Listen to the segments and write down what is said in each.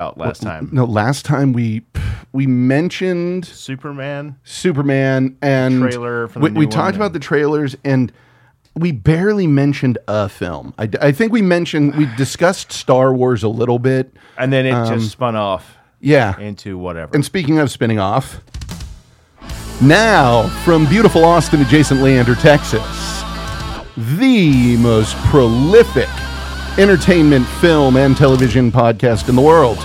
about last time? No, last time we we mentioned Superman Superman and trailer for the we, new we one talked about and- the trailers and we barely mentioned a film. I, I think we mentioned we discussed Star Wars a little bit. and then it just spun off Yeah. into whatever. um, And speaking of spinning off, now from beautiful Austin adjacent Leander, Texas, the most prolific entertainment, film, and television podcast in the world.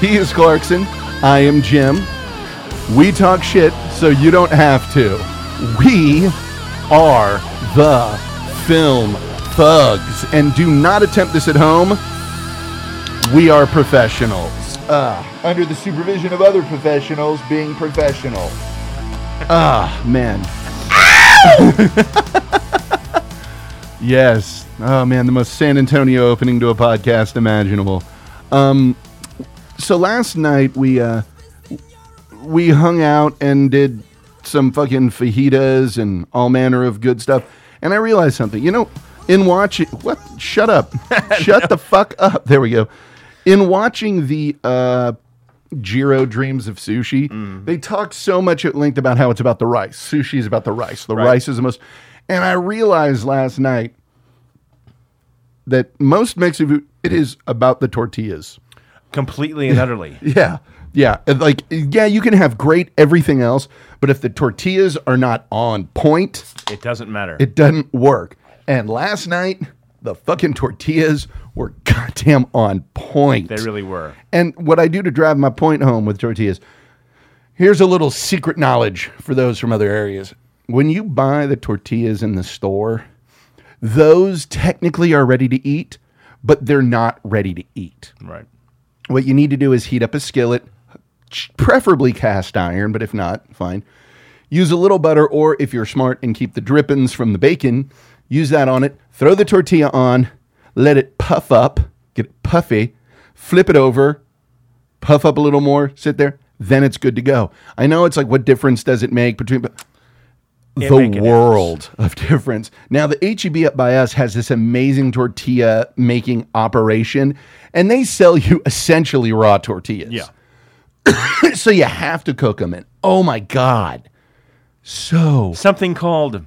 He is Clarkson. I am Jim. We talk shit so you don't have to. We are the film thugs. And do not attempt this at home. We are professionals. Uh, under the supervision of other professionals being professional. Ah, man. yes. Oh, man, the most San Antonio opening to a podcast imaginable. Um, so last night we uh, we hung out and did some fucking fajitas and all manner of good stuff. And I realized something. You know, in watching what? Shut up! Shut the fuck up! There we go. In watching the uh, Jiro Dreams of Sushi, they talk so much at length about how it's about the rice. Sushi is about the rice. The rice is the most. And I realized last night that most Mexican food it is about the tortillas. Completely and utterly. Yeah. Yeah. And, Like, yeah, you can have great everything else, but if the tortillas are not on point, It doesn't matter. it doesn't work. And last night, the fucking tortillas were goddamn on point. they really were. And what I do to drive my point home with tortillas, here's a little secret knowledge for those from other areas. When you buy the tortillas in the store, those technically are ready to eat, but they're not ready to eat Right. what you need to do is heat up a skillet, ch- preferably cast iron, but if not, fine. Use a little butter, or if you're smart and keep the drippings from the bacon, use that on it. Throw the tortilla on, let it puff up, get it puffy, flip it over, puff up a little more, sit there, then it's good to go. I know it's like, what difference does it make between but It make the a world of difference? Now, the HEB up by us has this amazing tortilla making operation, and they sell you essentially raw tortillas. Yeah. so you have to cook them. And oh my God. So, Something called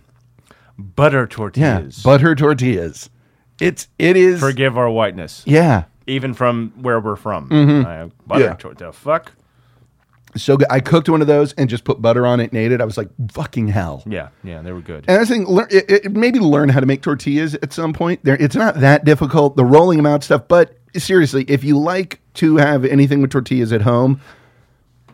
butter yeah, tortillas. butter tortillas. It's, it is, Forgive our whiteness, yeah. even. even from where we're from. Uh, butter Mm-hmm. Yeah. tortillas. The fuck? So good. I cooked one of those and just put butter on it and ate it. I was like, fucking hell. Yeah. Yeah. They were good. And I think learn, it, it, maybe learn how to make tortillas at some point. There, it's not that difficult. The rolling them out stuff, but seriously, if you like to have anything with tortillas at home,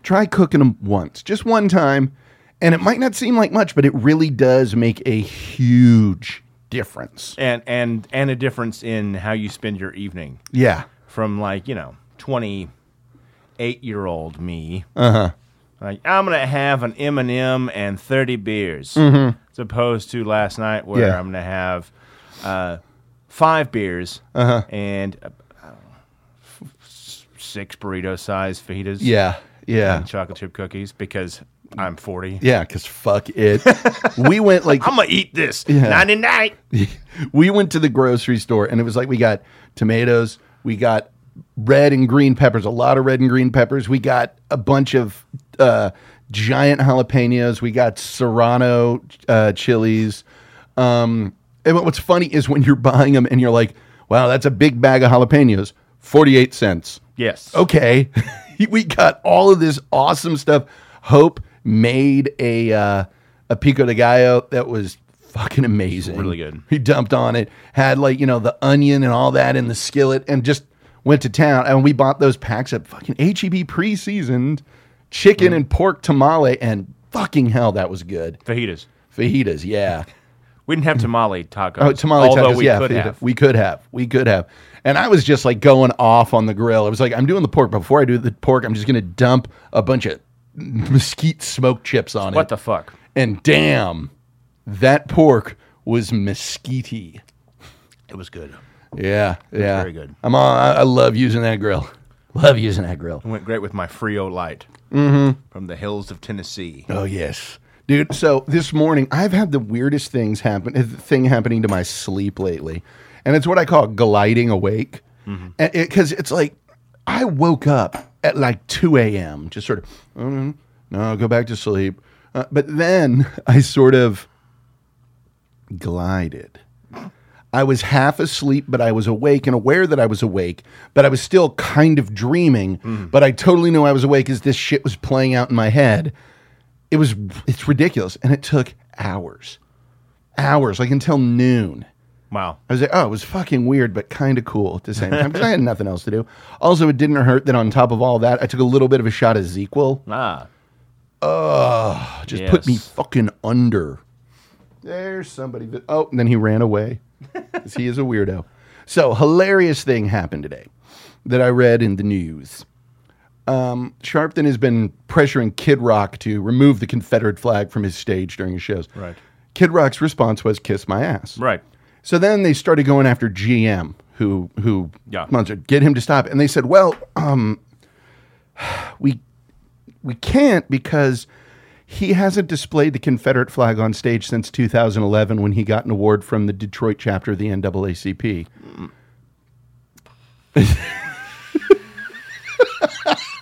try cooking them once, just one time, and it might not seem like much, but it really does make a huge difference. and and and a difference in how you spend your evening Yeah, from like you know 28 year old me uh-huh like i'm gonna have an m&m and 30 beers as opposed to last night where Mm-hmm. Yeah. i'm gonna have uh, five beers Uh-huh. and uh, I don't know, f- s- six burrito sized fajitas yeah, yeah, and chocolate chip cookies because i'm 40 yeah. Because fuck it, we went like i'm gonna eat this Yeah. 99 we went to the grocery store and it was like we got tomatoes, we got red and green peppers, a lot of red and green peppers. We got a bunch of uh, giant jalapenos. We got serrano uh, chilies. Um, and what- what's funny is when you're buying them and you're like, "Wow, that's a big bag of jalapenos, forty-eight cents." yes okay, we got all of this awesome stuff. Hope made a uh, a pico de gallo that was fucking amazing, really good. He dumped on it, had like you know the onion and all that in the skillet, and just went to town. And we bought those packs of fucking HEB pre-seasoned chicken and pork tamale, and fucking hell, that was good fajitas fajitas. Yeah. We didn't have tamale tacos. Oh, tamale although tacos. we yeah, could fajita. have. we could have, we could have. And I was just like going off on the grill. I was like, I'm doing the pork. but Before I do the pork, I'm just going to dump a bunch of mesquite smoked chips on What it. the fuck? and damn, that pork was mesquitey. It was good. Yeah, yeah, very good. I'm all, I, I love using that grill. Love using that grill. It went great with my Frio Light Mm-hmm. from the hills of Tennessee. Oh yes, dude. So this morning I've had the weirdest things happen. uh, Thing happening to my sleep lately, and it's what I call gliding awake, because it's like I woke up at like 2 a.m., just sort of, mm, no, I'll go back to sleep. Uh, but then I sort of glided. I was half asleep, but I was awake and aware that I was awake, but I was still kind of dreaming. But I totally knew I was awake as this shit was playing out in my head. It was, it's ridiculous. And it took hours, hours, like until noon. Wow. I was like, oh, it was fucking weird, but kind of cool at the same time because I had nothing else to do. Also, it didn't hurt that on top of all that, I took a little bit of a shot of Zequel. Ah. Oh, just put me Yes. fucking under. There's somebody. that- oh, and then he ran away 'cause he is a weirdo. So, hilarious thing happened today that I read in the news. Um, Sharpton has been pressuring Kid Rock to remove the Confederate flag from his stage during his shows. Right. Kid Rock's response was "kiss my ass." Right. So then they started going after GM, who who Yeah. sponsored- get him to stop. And they said, "Well, um, we we can't because he hasn't displayed the Confederate flag on stage since 2011 when he got an award from the Detroit chapter of the NAACP."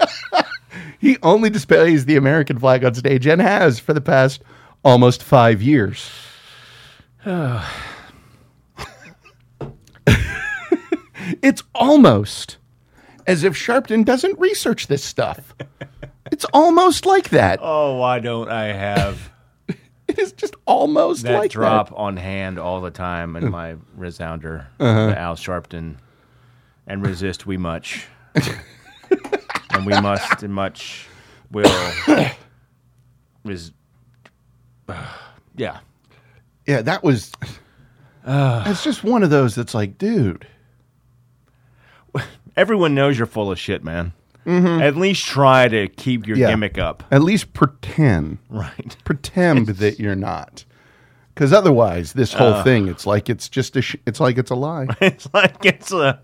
he only displays the American flag on stage and has for the past almost five years. It's almost as if Sharpton doesn't research this stuff. It's almost like that. Oh, why don't I have It is just almost that like drop on hand all the time in my resounder, Uh-huh. the Al Sharpton, and resist we much, and we must and much will is yeah. that. Yeah, that was. That's just one of those that's like, dude. Everyone knows you're full of shit, man. At least try to keep your Mm-hmm. Yeah. gimmick up, At least pretend, right? pretend that you're not, because otherwise, this whole Uh. thing, it's like it's just a, sh- it's like it's a lie. it's like it's a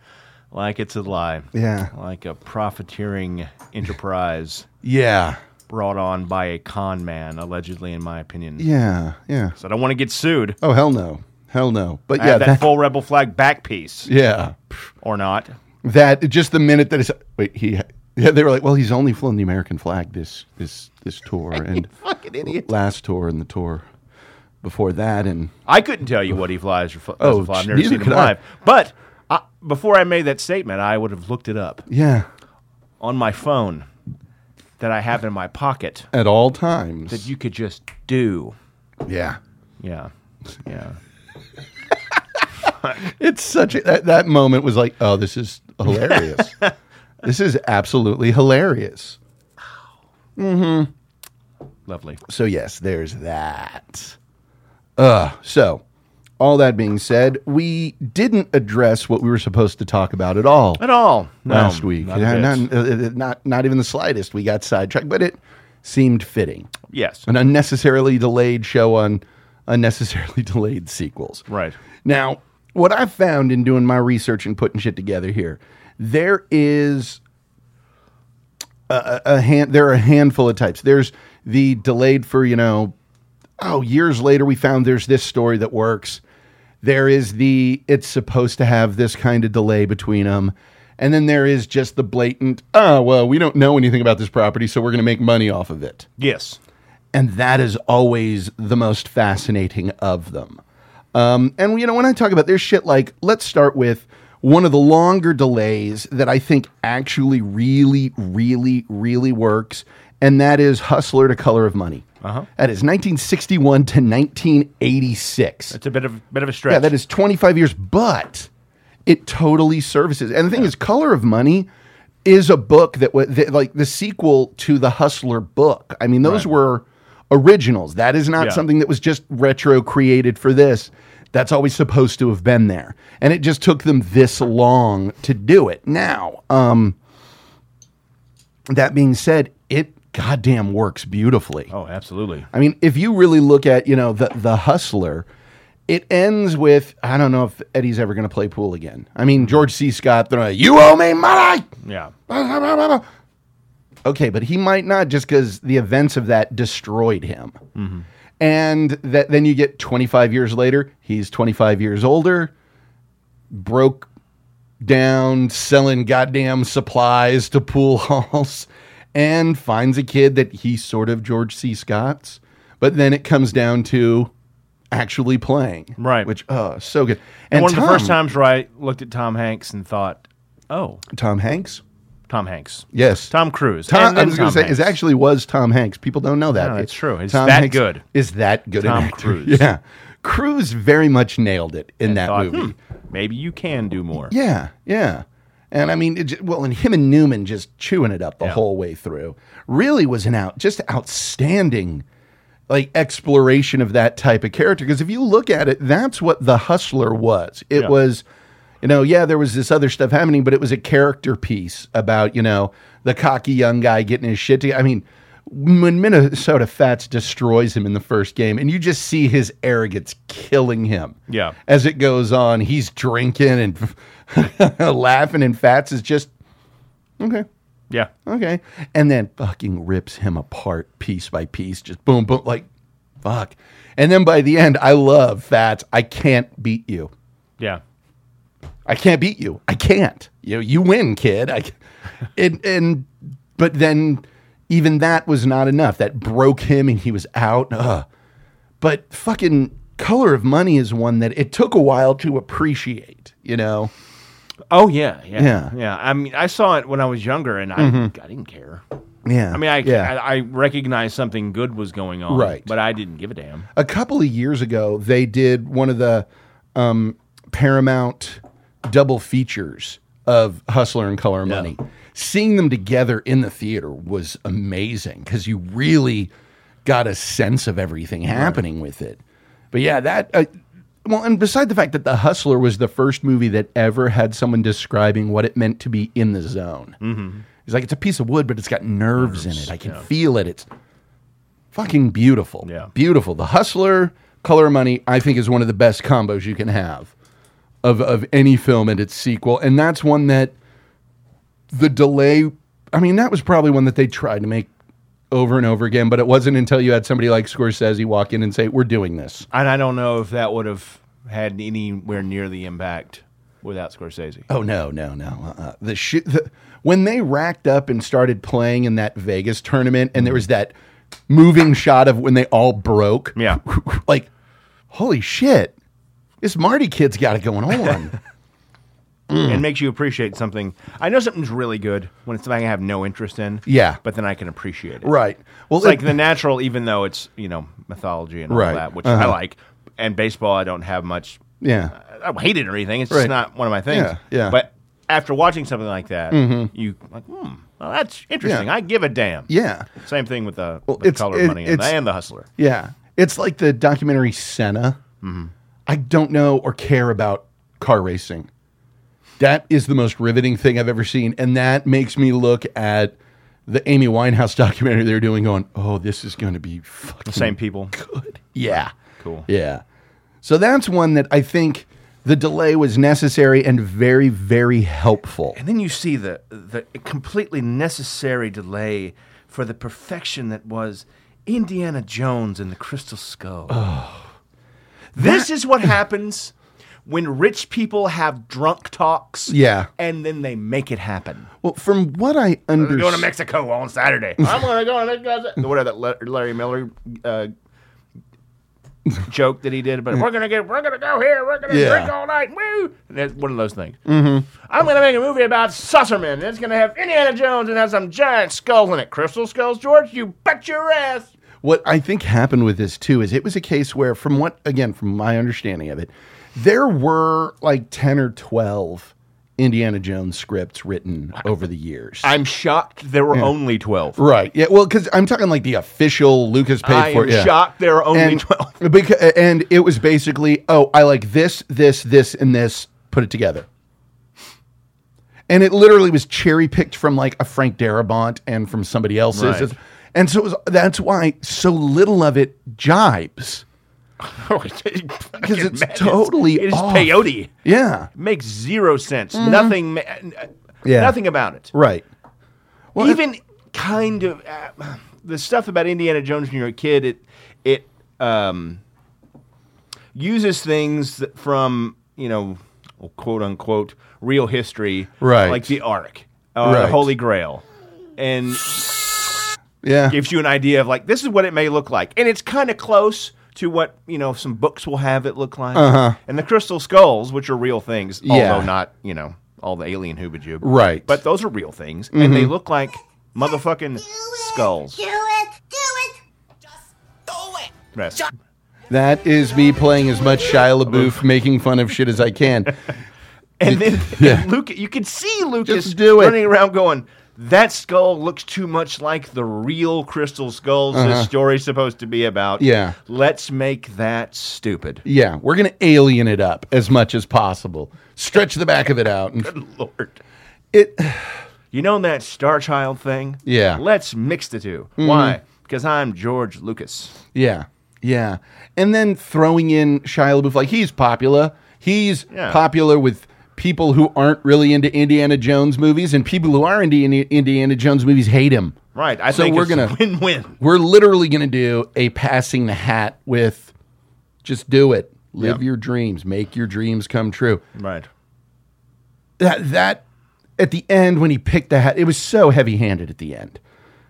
like it's a lie. Yeah. Like a profiteering enterprise yeah, brought on by a con man, allegedly in my opinion. yeah, yeah. So I don't want to get sued. Oh hell no, hell no. But I yeah, have that, that- full rebel flag back piece yeah. or not. that just the minute that it's wait he yeah they were like well he's only flown the American flag this this this tour and Fucking last tour and the tour before that and I couldn't tell you what he flies or fl- doesn't Oh, fly. I've sh- never neither seen him could I. live. But I, before I made that statement, I would have looked it up yeah on my phone that I have in my pocket at all times that you could just do. yeah Yeah. Yeah. it's such a, that that moment was like oh this is hilarious this is absolutely hilarious Lovely. so yes there's that uh so all that being said we didn't address what we were supposed to talk about at all At all. No, last week. not a Yeah, bit. Not, uh, uh, not, not even the slightest. We got sidetracked, but it seemed fitting. yes. An unnecessarily delayed show on unnecessarily delayed sequels. Right. Now, what I've found in doing my research and putting shit together here, there is a, a a hand. There are a handful of types. There's the delayed for you know, oh, years later we found there's this story that works. There is the it's supposed to have this kind of delay between them. And then there is just the blatant, oh, well, we don't know anything about this property, so we're going to make money off of it. Yes. And that is always the most fascinating of them. Um, and, you know, when I talk about there's shit like, let's start with one of the longer delays that I think actually really, really, really works, and that is Hustler to Color of Money. Uh-huh. That is 1961 to 1986. It's a bit of bit of a stretch. Yeah, that is 25 years, but it totally services. And the thing is, Color of Money is a book that was that, like the sequel to the Hustler book. I mean, those Right. were originals. That is not Yeah. something that was just retro created for this. That's always supposed to have been there. And it just took them this long to do it. Now, um, that being said, it goddamn works beautifully. Oh, absolutely. I mean, if you really look at, you know, the the hustler, it ends with I don't know if Eddie's ever going to play pool again. I mean, George C. Scott, they're like, "You owe me money." Yeah. Okay, but he might not just because the events of that destroyed him. Mm-hmm. And that then you get 25 years later, he's 25 years older, broke down selling goddamn supplies to pool halls and finds a kid that he's sort of George C. Scott's. But then it comes down to actually playing. Right. Which, oh, so good. And one of the first Tom- times where I looked at Tom Hanks and thought, oh, Tom Hanks? Tom Hanks. Yes. Tom Cruise. and Tom, then I was going Tom to say, Hanks. it actually was Tom Hanks. People don't know that. No, that's It- true. He's that good. Is that good? an Tom actor. Cruise. Yeah, Cruise very much nailed it in that Thought, movie. "Hmm, maybe you can do more. Yeah, yeah. And I mean, it, ju- well, and him and Newman just chewing it up the Yeah. whole way through. Really was an out, just outstanding, like exploration of that type of character. Because if you look at it, that's what the Hustler was. It Yeah. was, you know, yeah, there was this other stuff happening, but it was a character piece about you know the cocky young guy getting his shit together. I mean. When Minnesota Fats destroys him in the first game, and you just see his arrogance killing him Yeah. as it goes on, he's drinking and laughing, and Fats is just okay, Yeah. okay, and then fucking rips him apart piece by piece, just boom, boom, like fuck. And then by the end, I love Fats. I can't beat you. Yeah. I can't beat you. I can't. You you win, kid. I c- and, and but then even that was not enough. That broke him and he was out. Ugh. But fucking Color of Money is one that it took a while to appreciate, you know. Oh yeah, yeah, Yeah. yeah, I mean, I saw it when I was younger, and I, I didn't care. Yeah. I mean, I, yeah. I I recognized something good was going on, Right. But I didn't give a damn. a couple of years ago they did one of the um, Paramount double features of Hustler and Color Money. Seeing them together in the theater was amazing because you really got a sense of everything happening with it. But yeah, that. Uh, well, and beside the fact that The Hustler was the first movie that ever had someone describing what it meant to be in the zone. Mm-hmm. It's like it's a piece of wood, but it's got nerves, in it. I can feel it. It's fucking beautiful. Yeah. Beautiful. The Hustler, Color of Money, I think is one of the best combos you can have of, of any film and its sequel. And that's one that the delay, I mean, that was probably one that they tried to make over and over again, but it wasn't until you had somebody like Scorsese walk in and say, We're doing this. And I don't know if that would have had anywhere near the impact without Scorsese. Oh no, no, no! Uh-uh. The, sh- the when they racked up and started playing in that Vegas tournament, and there was that moving shot of when they all broke. Yeah. like holy shit, this Marty kid's got it going on. Mm. It makes you appreciate something. I know something's really good when it's something I have no interest in. Yeah. but then I can appreciate it. right. Well, It's like it- the natural, even though it's you know mythology and all Right. that, which Uh-huh. I like. And baseball, I don't have much yeah, I don't hate it or anything. It's Right. just not one of my things. Yeah, yeah. Mm-hmm. But after watching something like that, you like, hmm, well, that's interesting. Yeah. I give a damn. yeah, Same thing with the, with it's- color it- money and, it's- and the hustler. yeah. It's like the documentary Senna. Mm-hmm. I don't know or care about car racing. That is the most riveting thing I've ever seen. And that makes me look at the Amy Winehouse documentary they're doing going, oh, this is going to be fucking Same people. good. Yeah. Cool. Yeah. So that's one that I think the delay was necessary and very, very helpful. And then you see the the completely necessary delay for the perfection that was Indiana Jones and the Crystal Skull. this is what happens when rich people have drunk talks. Yeah. And then they make it happen. Well, from what I We're understand. going to Mexico on Saturday. I'm going to go to Mexico. What are that La- Larry Miller uh, joke that he did? But we're going to get, we're going to go here. We're going to Yeah. drink all night. Woo! And that's one of those things. Mm-hmm. I'm going to make a movie about Susserman. and It's going to have Indiana Jones and have some giant skulls in it. Crystal skulls, George. You bet your ass. what I think happened with this too is it was a case where, from what again, from my understanding of it, there were like ten or twelve Indiana Jones scripts written over the years. I'm shocked there were only twelve. right? Yeah. Well, because I'm talking like the official Lucas paid I for. am yeah. shocked there are only And, twelve. beca- and it was basically, oh, I like this, this, this, and this. Put it together. And it literally was cherry picked from like a Frank Darabont and from somebody else's. Right. And so it was, that's why so little of it jibes. Because it's totally it is off. peyote. Yeah. makes zero sense. Nothing, ma- uh, Yeah. nothing about it. Right. Well, Even kind of uh, the stuff about Indiana Jones when you're a kid, it it um, uses things that from you know quote unquote real history, Right. Like the Ark, uh, Right. the Holy Grail, and Yeah. gives you an idea of like this is what it may look like, and it's kind of close to what you know some books will have it look like, uh-huh. and the crystal skulls, which are real things, Yeah. although not you know all the alien hoobajub, Right. Mm-hmm. But those are real things, and they look like motherfucking skulls. Do it! Do it! Just do it! Yes. That is me playing as much Shia LaBeouf, making fun of shit as I can. And then Yeah. Luke, you can see Lucas Just do it. running around going, that skull looks too much like the real crystal skulls this story's supposed to be about. Uh-huh. Yeah. Let's make that stupid. Yeah, we're gonna alien it up as much as possible. Stretch the back of it out. And Good Lord. it. You know that Star Child thing? Yeah. Mm-hmm. Let's mix the 2 Why? Because I'm George Lucas. Yeah, yeah. And then throwing in Shia LaBeouf, like he's popular. He's Yeah. popular with people who aren't really into Indiana Jones movies, and people who are into Indi- Indiana Jones movies hate him. Right. I So think we're it's gonna- win win. We're literally gonna do a passing the hat with, just do it. Live Yeah. your dreams. Make your dreams come true. Right. that that at the end when he picked the hat, it was so heavy handed at the end.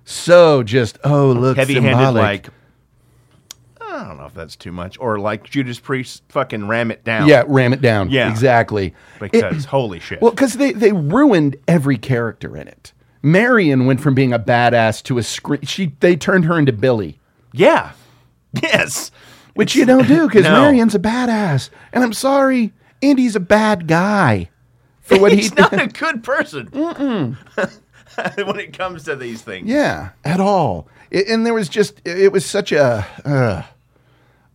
So just oh look, Heavy handed, symbolic. like. I don't know if that's too much, or like Judas Priest, fucking ram it down. yeah, ram it down. Yeah. exactly. It- because holy shit. well, because they they ruined every character in it. Marion went from being a badass to a screen. She they turned her into Billy, Yeah. Yes. which you don't do because No. Marion's a badass. And I'm sorry, Andy's a bad guy for what he He's did. not a good person. when it comes to these things. Yeah, at all. I- and there was just i- it was such a uh,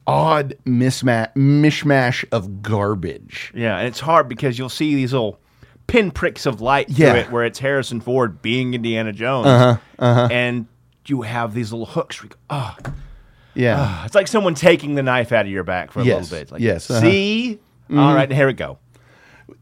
odd mismatch mishmash of garbage. Yeah, and it's hard because you'll see these little pinpricks of light Yeah. Uh-huh, through it where it's Harrison Ford being Indiana Jones. And you have these little hooks. where you go, Oh, Yeah. it's like someone taking the knife out of your back for a Yes, little bit. Like, yes, uh-huh. See? All right, here we go.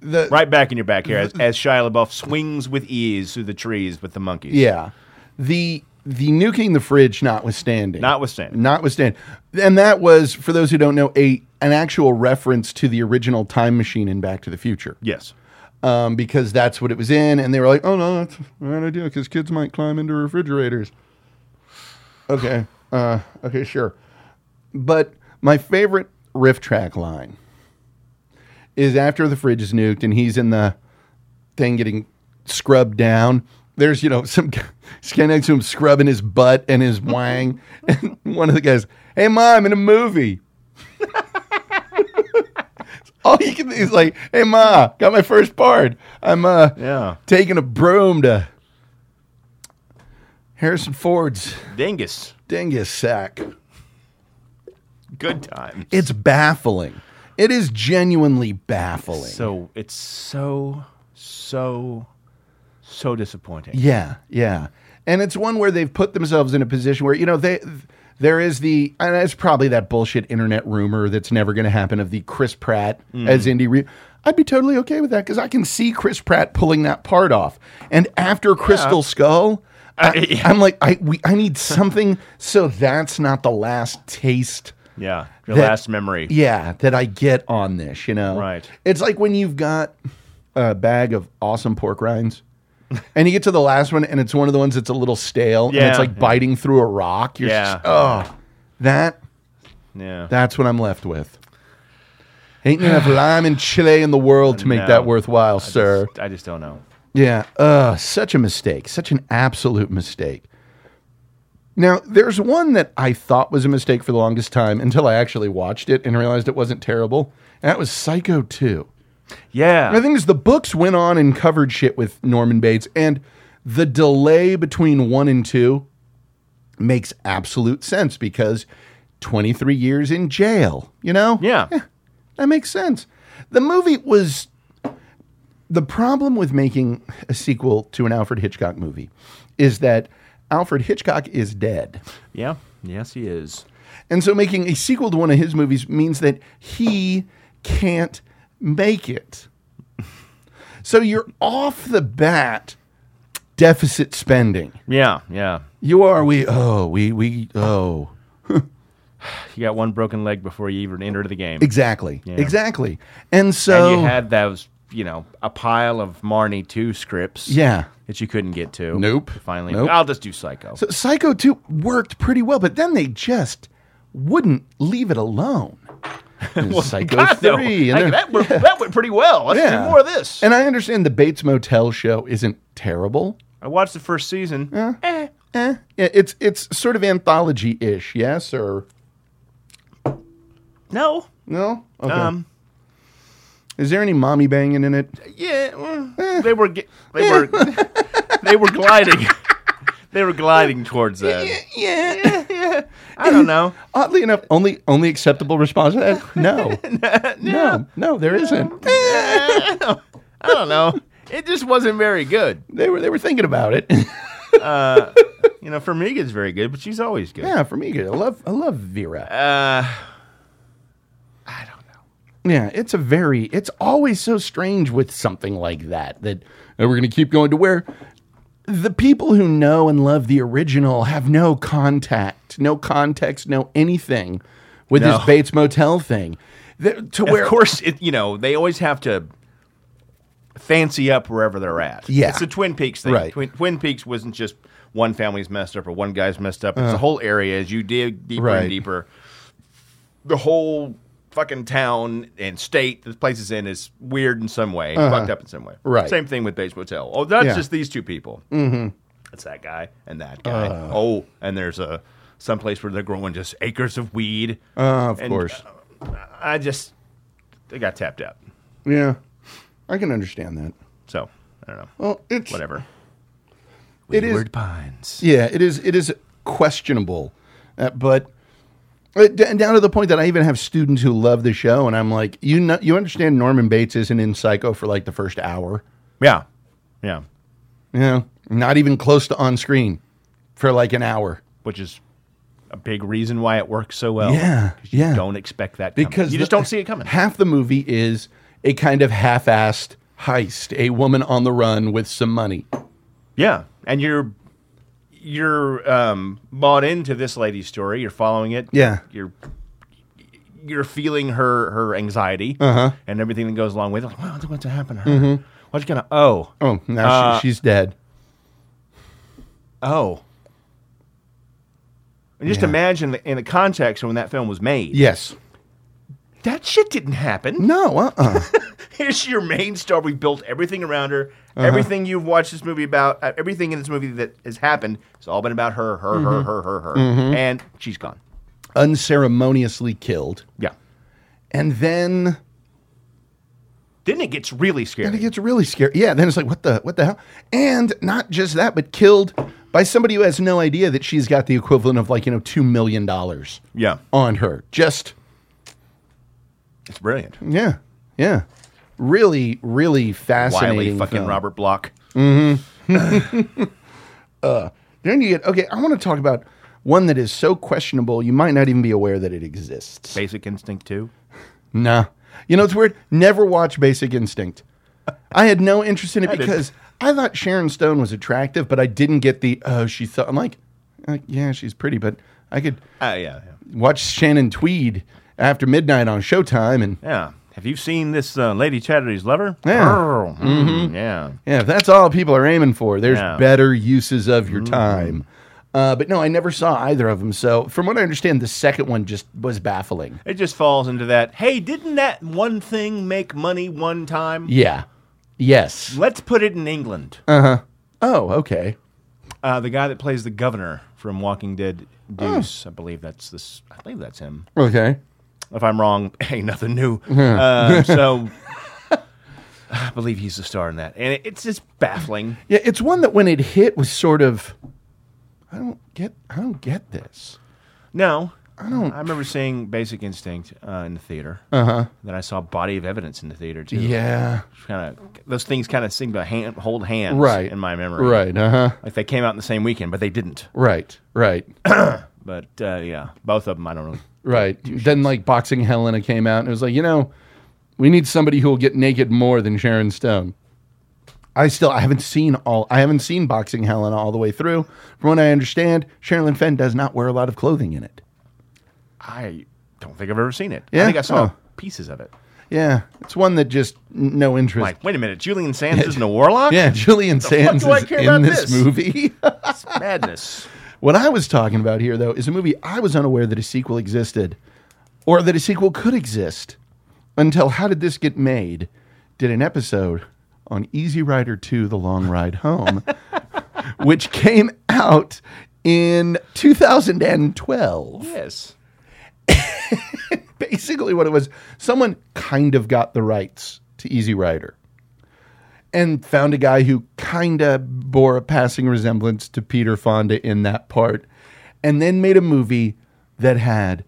The- right back in your back here as, as Shia LaBeouf swings with ease through the trees with the monkeys. Yeah. The the nuking the fridge notwithstanding. Notwithstanding. Notwithstanding. And that was for those who don't know a an actual reference to the original time machine in Back to the Future. Yes. Um, because that's what it was in and they were like, "Oh no, that's a bad idea cuz kids might climb into refrigerators." Okay. Uh, okay, sure. But my favorite riff track line is after the fridge is nuked and he's in the thing getting scrubbed down. There's, you know, some guy standing next to him scrubbing his butt and his wang. And one of the guys, hey, Ma, I'm in a movie. All you can is like, hey, Ma, got my first part. I'm uh, Yeah. taking a broom to Harrison Ford's Dingus. dingus sack. Good times. It's baffling. It is genuinely baffling. So it's so, so, so disappointing. yeah, yeah. And it's one where they've put themselves in a position where, you know, they there is the and it's probably that bullshit internet rumor that's never going to happen of the Chris Pratt Mm. as Indy Re- I'd be totally okay with that cuz I can see Chris Pratt pulling that part off. And after Crystal Skull, I, yeah. I'm like I we, I need something so that's not the last taste Yeah. Your That- last memory. yeah that i get on this you know Right. it's like when you've got a bag of awesome pork rinds and you get to the last one and it's one of the ones that's a little stale and Yeah. it's like biting through a rock you're Yeah. just oh that Yeah. that's what i'm left with ain't enough lime and chile in the world to make No. that worthwhile sir I just don't know. yeah. Uh, such a mistake. Such an absolute mistake. Now, there's one that I thought was a mistake for the longest time until I actually watched it and realized it wasn't terrible. And that was Psycho 2. Yeah. And the thing is, the books went on and covered shit with Norman Bates, and the delay between one and two makes absolute sense because 23 years in jail, you know? yeah. That makes sense. The movie was the problem with making a sequel to an Alfred Hitchcock movie is that Alfred Hitchcock is dead. Yeah. Yes, he is. And so making a sequel to one of his movies means that he can't make it. So you're off the bat deficit spending. Yeah. Yeah. You are we oh we we oh You got one broken leg before you even enter the game. Exactly. Yeah. Exactly. And so And you had those, you know, a pile of Marnie 2 scripts yeah. that you couldn't get to. Nope. Finally, Nope. I'll just do Psycho. So Psycho 2 worked pretty well, but then they just wouldn't leave it alone. And Psycho God, though, 3. and like, then- that, went, that went pretty well. Let's Yeah. do more of this. And I understand the Bates Motel show isn't terrible. I watched the first season. Eh. Eh, yeah, it's it's sort of anthology ish, yes or No. no? Okay. Um, Is there any mommy banging in it? yeah. mm, Eh. They were ge- they were they were gliding. They were gliding towards that. Yeah. I don't know. Oddly enough, only only acceptable response to that? No. no. No, there isn't. Eh. I don't know. It just wasn't very good. They were they were thinking about it. You know, Formiga's very good, but she's always good. yeah, for me, good. I love I love Vera. Uh, I don't know. Yeah, it's a very, it's always so strange with something like that that that we're going to keep going to where the people who know and love the original have no contact, no context, no anything with this No. Bates Motel thing. That- to where, of course, it, you know they always have to fancy up wherever they're at. Yeah. it's the Twin Peaks thing. Right. Twin, Twin Peaks wasn't just one family's messed up or one guy's messed up. It's the whole area. As you dig deeper Uh-huh. Right. and deeper, the whole fucking town and state this place is in is weird in some way, fucked up in some way. Uh-huh. Right. Same thing with Bates Motel. Oh, that's Yeah. just these two people. Mm-hmm. It's that guy and that guy. Uh. oh, and there's a someplace where they're growing just acres of weed. Uh, of And, course. I just they got tapped out. yeah, I can understand that. So I don't know. Well, it's Whatever. It is- Wayward Pines. Yeah, it is. It is questionable, uh, but uh, d- down to the point that I even have students who love the show, and I'm like, you know, you understand Norman Bates isn't in Psycho for like the first hour, Yeah. Yeah. you know, not even close to on screen for like an hour. Which is a big reason why it works so well. Yeah, 'Cause You yeah. don't expect that coming. you just the- don't see it coming. Half the movie is a kind of half-assed heist, a woman on the run with some money. Yeah. And you're you're um, bought into this lady's story. You're following it. Yeah. You're you're feeling her her anxiety uh-huh. and everything that goes along with it. Like, what's going to happen to her? Mm-hmm. What's going to oh Oh, now Uh, she, she's dead. Oh. And just Yeah. imagine the, in the context of when that film was made. Yes. That shit didn't happen. No. Uh-uh. Here's your main star. We built everything around her. Uh-huh. Everything you've watched this movie about, uh, everything in this movie that has happened, it's all been about her, her, her, Mm-hmm. her, her, her. And she's gone. Unceremoniously killed, Yeah. and then. Then it gets really And it scary. gets really scary. Yeah, then it's like, what the what the hell? And not just that, but killed by somebody who has no idea that she's got the equivalent of like, you know, two million dollars yeah. on her. Just It's brilliant. yeah. Yeah. Really, really Wiley fascinating. fucking film. Robert Block. Then you get okay, I want to talk about one that is so questionable you might not even be aware that it exists. Basic Instinct 2. Nah. You know it's weird? Never watch Basic Instinct. I had no interest in it I did. because I thought Sharon Stone was attractive, but I didn't get the oh she thought I'm like, uh, yeah, she's pretty, but I could Oh, yeah, yeah. watch Shannon Tweed after midnight on Showtime and Yeah. Have you seen this uh, Lady Chatterley's Lover? Yeah. Mm-hmm. Girl. Mm, Yeah. yeah, if that's all people are aiming for, there's Yeah. Mm-hmm. better uses of your time. Uh, but no, I never saw either of them. So from what I understand, the second one just was baffling. It just falls into that. Hey, didn't that one thing make money one time? Yeah. Yes. Let's put it in England. Oh, okay. Uh, the guy that plays the governor from Walking Dead, Oh. Deuce, I believe that's this. I believe that's him. Okay. If I'm wrong, hey, nothing new. uh, so I believe he's the star in that, and it, it's just baffling. Yeah, it's one that when it hit was sort of I don't get I don't get this. No, I don't. I remember seeing Basic Instinct uh, in the theater. Uh huh. Then I saw Body of Evidence in the theater too. Uh-huh. Yeah. Kind of those things kind of seem to hand, hold hands, Right. In my memory, Right. Uh-huh. Like they came out in the same weekend, but they didn't. Right. Right. But uh, yeah, both of them, I don't really. Right. Then like boxing Helena came out and it was like, you know, we need somebody who will get naked more than Sharon Stone. I still I haven't seen all I haven't seen boxing Helena all the way through. From what I understand, Sherilyn Fenn does not wear a lot of clothing in it. I don't think I've ever seen it. Yeah? I think I saw Oh. pieces of it. Yeah, it's one that just n- no interest. Like, wait a minute, Julian Sands isn't a warlock? yeah, Julian Sands do I is care in about this, this? movie. It's madness. what I was talking about here, though, is a movie I was unaware that a sequel existed, or that a sequel could exist, until how did this get made? Did an episode on Easy Rider Two: The Long Ride Home, which came out in 2012. yes. basically what it was someone kind of got the rights to easy rider and found a guy who kind of bore a passing resemblance to peter fonda in that part and then made a movie that had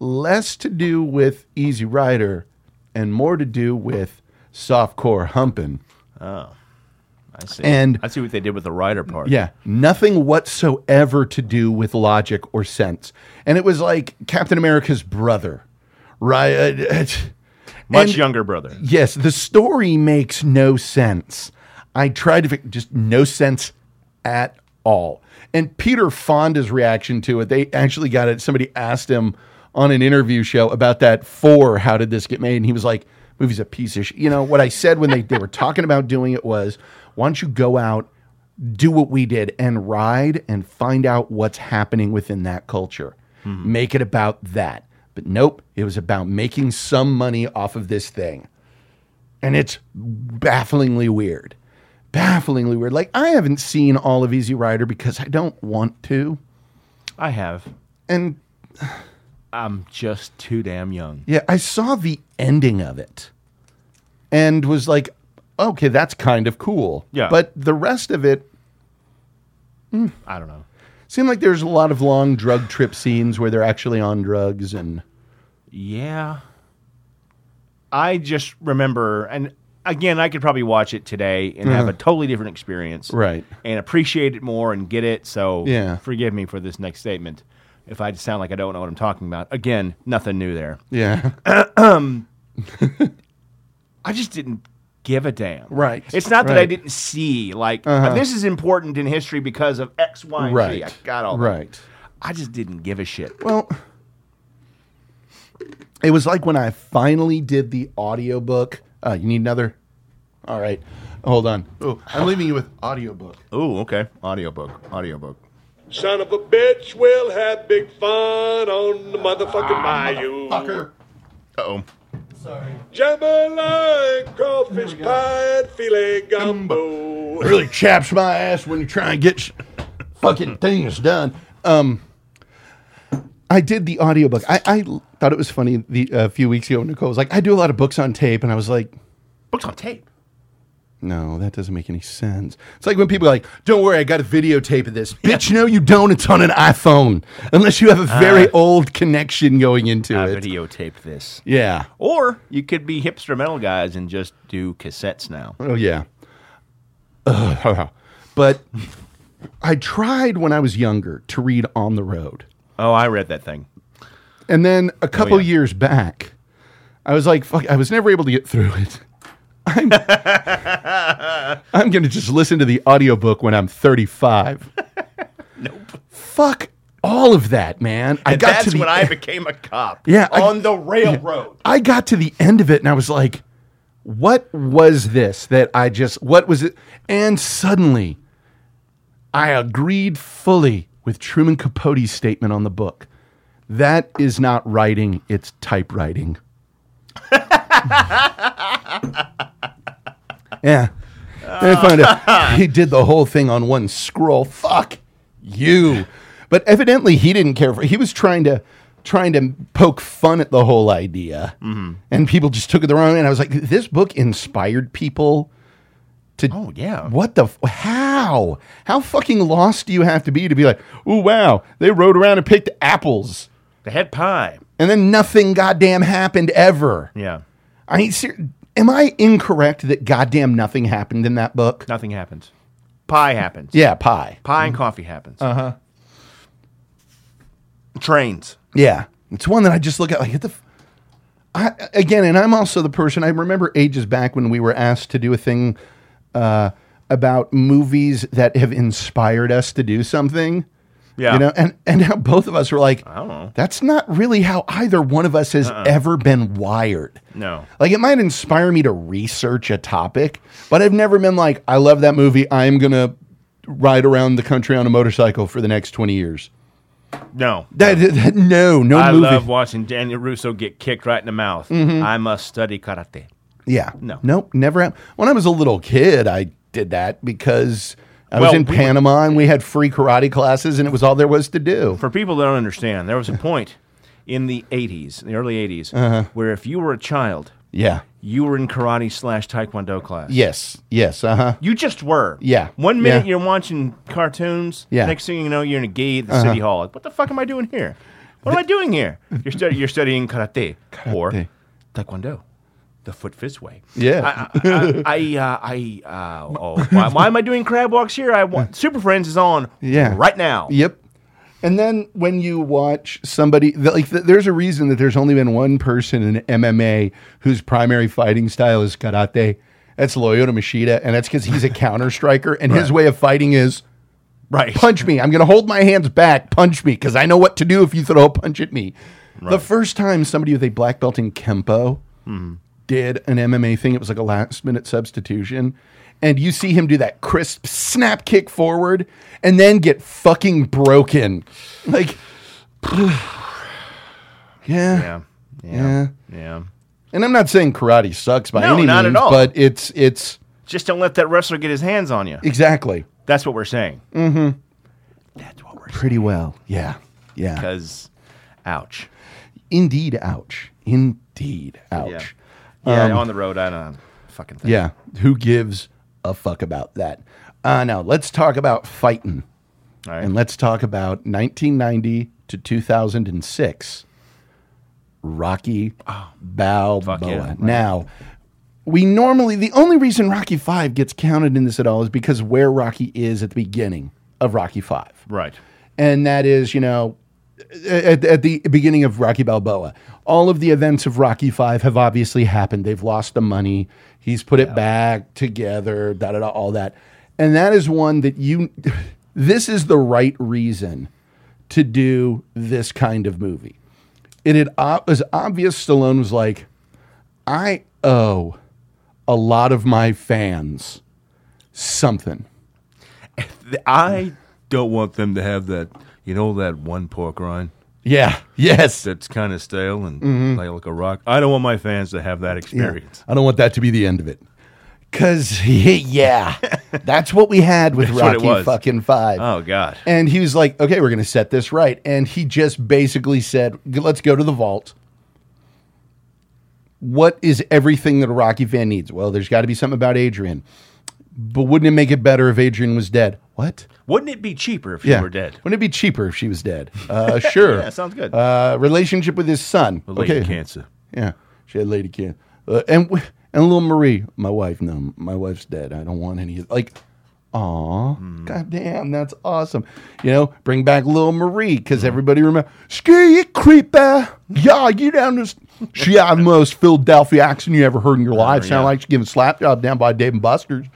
less to do with easy rider and more to do with softcore humping I see. And- I see what they did with the writer part. yeah, nothing whatsoever to do with logic or sense. And it was like Captain America's brother, right? Much And- younger brother. Yes, the story makes no sense. I tried to fi- just no sense at all. And Peter Fonda's reaction to it, they actually got it. Somebody asked him on an interview show about that for how did this get made? And he was like, movie's a piece of shit. You know, what I said when they, they were talking about doing it was, why don't you go out, do what we did, and ride and find out what's happening within that culture? Make it about that. But nope, it was about making some money off of this thing and it's bafflingly weird. Bafflingly weird. Like I haven't seen all of Easy Rider because I don't want to. I have. And I'm just too damn young. yeah, I saw the ending of it and was like, okay, that's kind of cool. Yeah. But the rest of it I don't know. seemed like there's a lot of long drug trip scenes where they're actually on drugs and Yeah. I just remember, and again, I could probably watch it today and have a totally different experience. Uh-huh. Right. And appreciate it more and get it. So Yeah. forgive me for this next statement. If I sound like I don't know what I'm talking about, again, nothing new there. yeah. I just didn't give a damn. Right. It's not that I Right. Uh-huh. didn't see, like, uh, this is important in history because of X, Y, and Z. I Right. got all that. Right. I just didn't give a shit. Well, it was like when I finally did the audiobook. Uh, you need another? All right. Hold on. Oh, I'm leaving you with audiobook. Oh, okay. Audiobook. Audiobook. Son of a bitch, we'll have big fun on the motherfucking bayou. Fucker. Uh-oh. Sorry. Jambalaya, crawfish we go. pie, and filet gumbo. Really chaps my ass when you try and get sh- fucking things done. Um, I did the audiobook. I, I thought it was funny the a few weeks ago. Nicole was like, I do a lot of books on tape. And I was like, Books on tape. No, that doesn't make any sense. It's like when people are like, "Don't worry, I got a videotape of this." Bitch, no, you don't. It's on an iPhone, unless you have a very old connection going into I it. videotaped this. Yeah. Or you could be hipster metal guys and just do cassettes now. Oh yeah. Ugh. But I tried when I was younger to read on the road, Oh, I read that thing. and then a couple Oh, yeah. years back, I was like, "Fuck!" I was never able to get through it. I'm, I'm going to just listen to the audiobook when I'm 35. Nope. fuck all of that, man. I And got that's to the, when I became a cop. Yeah, I- On the railroad. I got to the end of it, and I was like, "What was this that I just? What was it?" And suddenly, I agreed fully with Truman Capote's statement on the book. That is not writing; it's typewriting. yeah, and I found out he did the whole thing on one scroll. Fuck you. But evidently he didn't care for. He was trying to trying to poke fun at the whole idea, Mm-hmm. and people just took it the wrong way. And I was like, this book inspired people to. Oh, yeah. What the? F- how? How fucking lost do you have to be to be like, oh wow, they rode around and picked apples, They had pie. and then nothing goddamn happened ever. Yeah. I mean, ser- am I incorrect that goddamn nothing happened in that book? Nothing happens. Pie happens. Yeah, Uh-huh. pie. Pie and coffee happens. Uh huh. Trains. Yeah, it's one that I just look at like hit the. f- I again, and I'm also the person I remember ages back when we were asked to do a thing uh, about movies that have inspired us to do something, Yeah. You know, and and how both of us were like, don't know. Uh-uh. that's not really how either one of us has ever been wired. No. Like it might inspire me to research a topic, but I've never been like, I love that movie. I'm gonna ride around the country on a motorcycle for the next twenty years. No. That, that- no, no I movie. Mm-hmm. love watching Daniel Russo get kicked right in the mouth. I must study karate. yeah, No. nope, never. hap- When I was a little kid, I did that because I was Well, in we were- Panama and we had free karate classes, and it was all there was to do. For people that don't understand, there was a point in the 80s, the early 80s, Uh-huh. where if you were a child, yeah. you were in karate slash taekwondo class. Yes. Yes. Uh huh. You just were. Yeah. One minute Yeah. you're watching cartoons. Yeah. Uh-huh. Next thing you know, you're in a gi at the city hall. Like, what the fuck am I doing here? What am I doing here? You're, stud- you're studying karate, or taekwondo, the foot fist way. Yeah. I, I, uh, I, uh, oh, why, why am I doing crab walks here? I want Super Friends is on Yeah. right now. Yep. And then when you watch somebody, th- like th- there's a reason that there's only been one person in MMA whose primary fighting style is karate. That's Loyola Machida, and that's because he's a counter striker, and his way of fighting is Right. punch me. I'm going to hold my hands back, punch me, because I know what to do if you throw a punch at me. The first time somebody with a black belt in Kempo Hmm. did an MMA thing, it was like a last minute substitution. And you see him do that crisp snap kick forward and then get fucking broken. Like, yeah. Yeah. Yeah. Yeah. Yeah. And I'm not saying karate sucks by No, any not at means, all. but it's, it's Just don't let that wrestler get his hands on you. exactly That's what we're saying. Mm-hmm. That's what we're saying. pretty well. Yeah. Yeah. Because, ouch. Indeed, ouch. Indeed, ouch. Yeah. Yeah, on the road, I don't fucking think. Um, Yeah. Who gives a fuck about that? Uh, now, let's talk about fighting. All right. And let's talk about 1990 to 2006. Rocky Balboa. fuck Ah, yeah. Right. Now, we normally, the only reason Rocky 5 gets counted in this at all is because where Rocky is at the beginning of Rocky 5 Right. and that is you know at, at the beginning of rocky balboa all of the events of rocky 5 have obviously happened they've lost the money he's put it back together da da da all that and that is one that you this is the right reason to do this kind of movie it had it was obvious stallone was like i owe a lot of my fans something I don't want them to have that, you know, that one pork rind yeah yes that's kind of stale and Mm-hmm. like, like a rock. I don't want my fans to have that experience. I don't want that to be the end of it. Cause yeah, that's what we had with what it Rocky was. fucking five. Oh, God. And he was like, okay, we're gonna set this right. And he just basically said, "G- let's go to the vault. What is everything that a Rocky fan needs? Well, there's got to be something about Adrian. But wouldn't it make it better if Adrian was dead? What? Wouldn't it be cheaper if you were dead? Wouldn't it be cheaper if she was dead? Uh, sure. Yeah, sounds good. Uh, relationship with his son. The lady okay. cancer. Yeah, she had lady kid, uh, and w- and little Marie, my wife. No, my wife's dead. I don't want any. of- Like, aw, goddamn, that's awesome. You know, bring back little Marie because everybody remember. Ski you creeper, yeah, you down this. She had the most Philadelphia accent you ever heard in your life. Sound yeah. like she's giving slap job down by Dave and Buster's.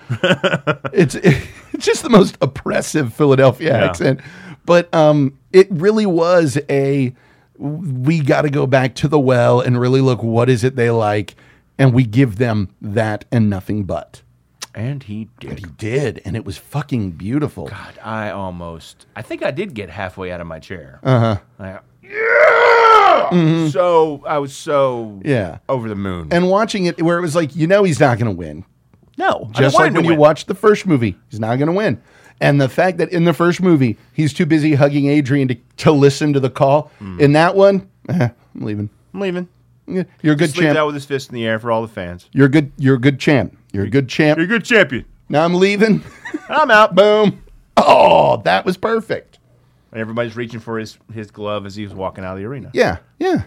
it's it's just the most oppressive Philadelphia Yeah. accent. But um, it really was a we got to go back to the well and really look what is it they like, and we give them that and nothing but. And he did. He did, and it was fucking beautiful. God, I almost. I think I did get halfway out of my chair. Uh-huh. Like, yeah. So I was so Mm-hmm. Yeah. over the moon. And watching it, where it was like, you know, he's not going to win. no, I don't Just want like him to when you win. watch the first movie, he's not going to win. And the fact that in the first movie, he's too busy hugging Adrian to, to listen to the call. Hmm. In that one, eh, I'm leaving. I'm leaving. Yeah, You're a good Sleeps champ. out with his fist in the air for all the fans. You're a good. You're a good champ. You're a good champ. You're a good champion. Now I'm leaving. I'm out. Boom. Oh, that was perfect. And everybody's reaching for his, his glove as he was walking out of the arena. Yeah, yeah.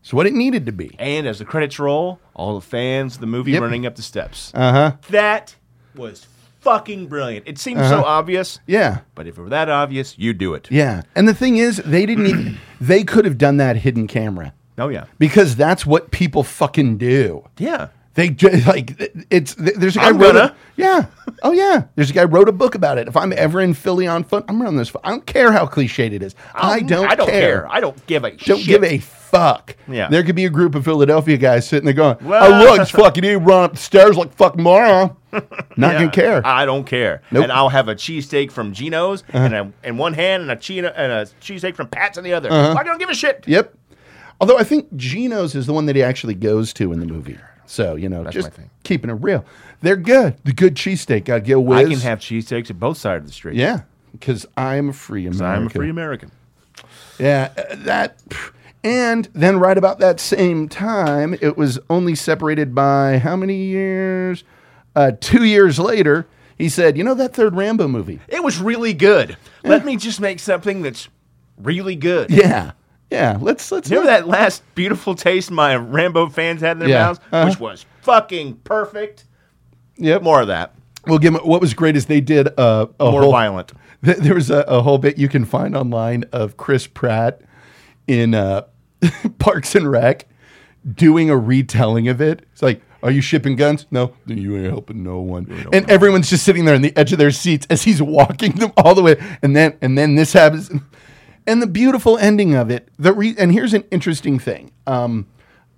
It's what it needed to be. And as the credits roll, all the fans, the movie Yep. Uh-huh. running up the steps. Uh huh. That was fucking brilliant. It seemed Uh-huh. so obvious. Yeah, But if it were that obvious, you do it. yeah. And the thing is, they didn't. Even, they could have done that hidden camera Oh, yeah. because that's what people fucking do. Yeah. They just like it's there's a guy I'm wrote a- gonna. yeah oh yeah there's a guy wrote a book about it. If I'm ever in Philly on foot, I'm running this. fu- I don't care how cliched it is. I don't. Um, I don't care. I don't give a Don't shit. give a fuck. Yeah. There could be a group of Philadelphia guys sitting there going, Well- "Oh look, it's fucking he run up the stairs like fuck moron." Not gonna care. I don't care. Nope. Uh-huh. And I'll have a cheesesteak from Geno's and a, in one hand and a cheetah and a cheesesteak from Pat's in the other. Uh-huh. I don't give a shit. Yep. Although I think Geno's is the one that he actually goes to in the movie. So, you know, just my thing. keeping it real. They're good. The good cheesesteak. Gotta get a I whiz. can have cheesesteaks at both sides of the street. Yeah. Because I'm a free American. I'm a free American. Yeah. uh, That. And then right about that same time, it was only separated by how many years? Uh, two years later, he said, you know, that third Rambo movie. It was really good. Let me just make something that's really good. Yeah. Yeah. Let's, let's Remember that last beautiful taste my Rambo fans had in their Yeah. mouths, Uh-huh. which was fucking perfect. Yep. More of that. We'll give 'em- what was great is they did uh, a More whole, violent. Th- There was a, a whole bit you can find online of Chris Pratt in uh, Parks and Rec doing a retelling of it. It's like, are you shipping guns? No, then you ain't helping no one. And everyone's just sitting there on the edge of their seats as he's walking them all the way. And then and then this happens. And the beautiful ending of it. The re- and here's an interesting thing. Um,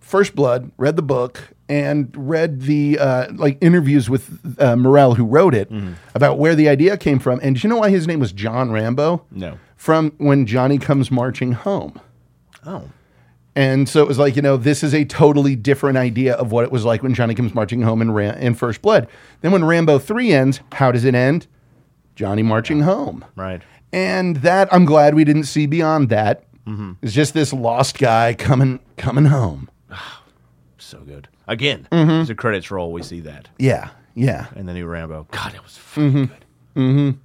First Blood, read the book, and read the uh, like interviews with uh, Morel, who wrote it, about where the idea came from. And do you know why his name was John Rambo? No. From when Johnny comes marching home. Oh. And so it was like, you know, this is a totally different idea of what it was like when Johnny comes marching home in, Ram- in First Blood. Then when Rambo 3 ends, how does it end? Johnny marching home. Right. And that, I'm glad we didn't see beyond that. It's just this lost guy coming coming home. So good. Again, Mm-hmm. as the credits roll, we see that. Yeah, yeah. And the new Rambo. God, it was Mm. fucking good. and,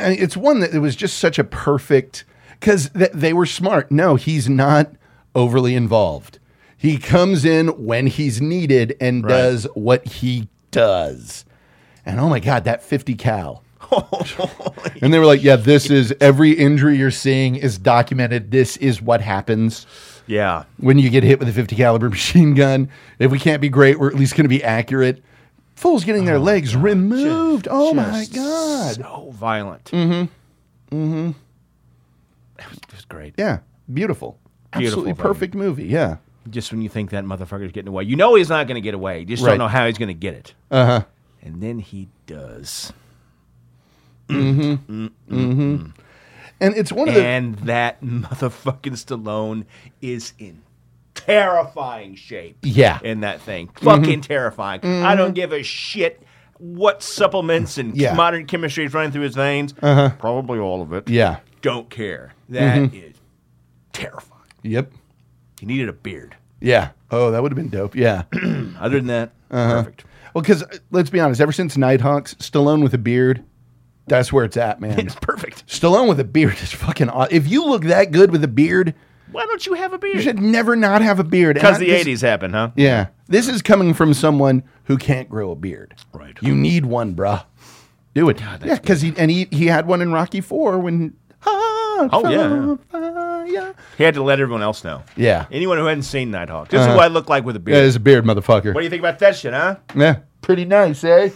and it's one that it was just such a perfect because th- they were smart. No, he's not overly involved. He comes in when he's needed and Right. does what he does. And oh my God, that 50 cal. and they were like, yeah, this is every injury you're seeing is documented. This is what happens Yeah. when you get hit with a 50 caliber machine gun. If we can't be great, we're at least going to be accurate. Fools getting their legs removed. oh my Oh Just God. So violent. Mm-hmm. Mm-hmm. It was, it was great. Yeah, Beautiful beautiful. Absolutely thing. perfect movie. Yeah. Just when you think that motherfucker's getting away, you know he's not going to get away. You just Right. Uh-huh. don't know how he's going to get it. Uh huh. And then he does, And it's one of the and that motherfucking Stallone is in terrifying shape. Yeah. Mm-hmm. in that thing, fucking terrifying. I don't give a shit what supplements and Yeah. Uh-huh. modern chemistry is running through his veins. Probably all of it. Yeah. don't care. Mm-hmm. That is terrifying. Yep. He needed a beard. Yeah. Oh, that would have been dope. Yeah. well, Other than that, Uh-huh. perfect. because let's be honest, ever since Nighthawks, Stallone with a beard, that's where it's at, man. It's perfect. Stallone with a beard is fucking aw- If you look that good with a beard, Why don't you have a you beard? should never not have a beard. And Because I- the this- eighties happened, huh? Yeah. This is coming from someone who can't grow a beard. Right. You need one, bruh. Do it. Yeah, 'cause yeah, because he and he, he had one in Rocky Four when. Oh, yeah, yeah. He had to let everyone else know. Yeah. Uh-huh. Anyone who hadn't seen Nighthawk. This is what I look like with a Yeah, beard. there's a beard, motherfucker. What do you think about that shit, huh? Yeah. Pretty nice, eh?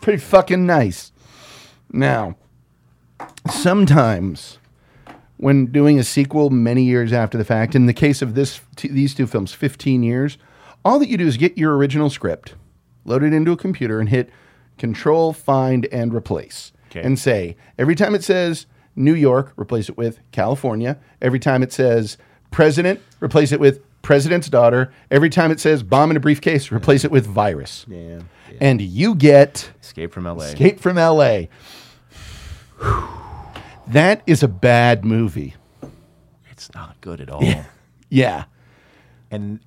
Pretty fucking nice. Now, sometimes when doing a sequel many years after the fact, in the case of this t- these two films, 15 years, all that you do is get your original script, load it into a computer and hit control find and replace. Okay. And say every time it says New York, replace it with California. Every time it says president, replace it with president's daughter. Every time it says bomb in a briefcase, replace it with virus. Yeah. And you get Escape from L.A. Escape from LA. Whew. That is a bad movie. It's not good at all. Yeah. And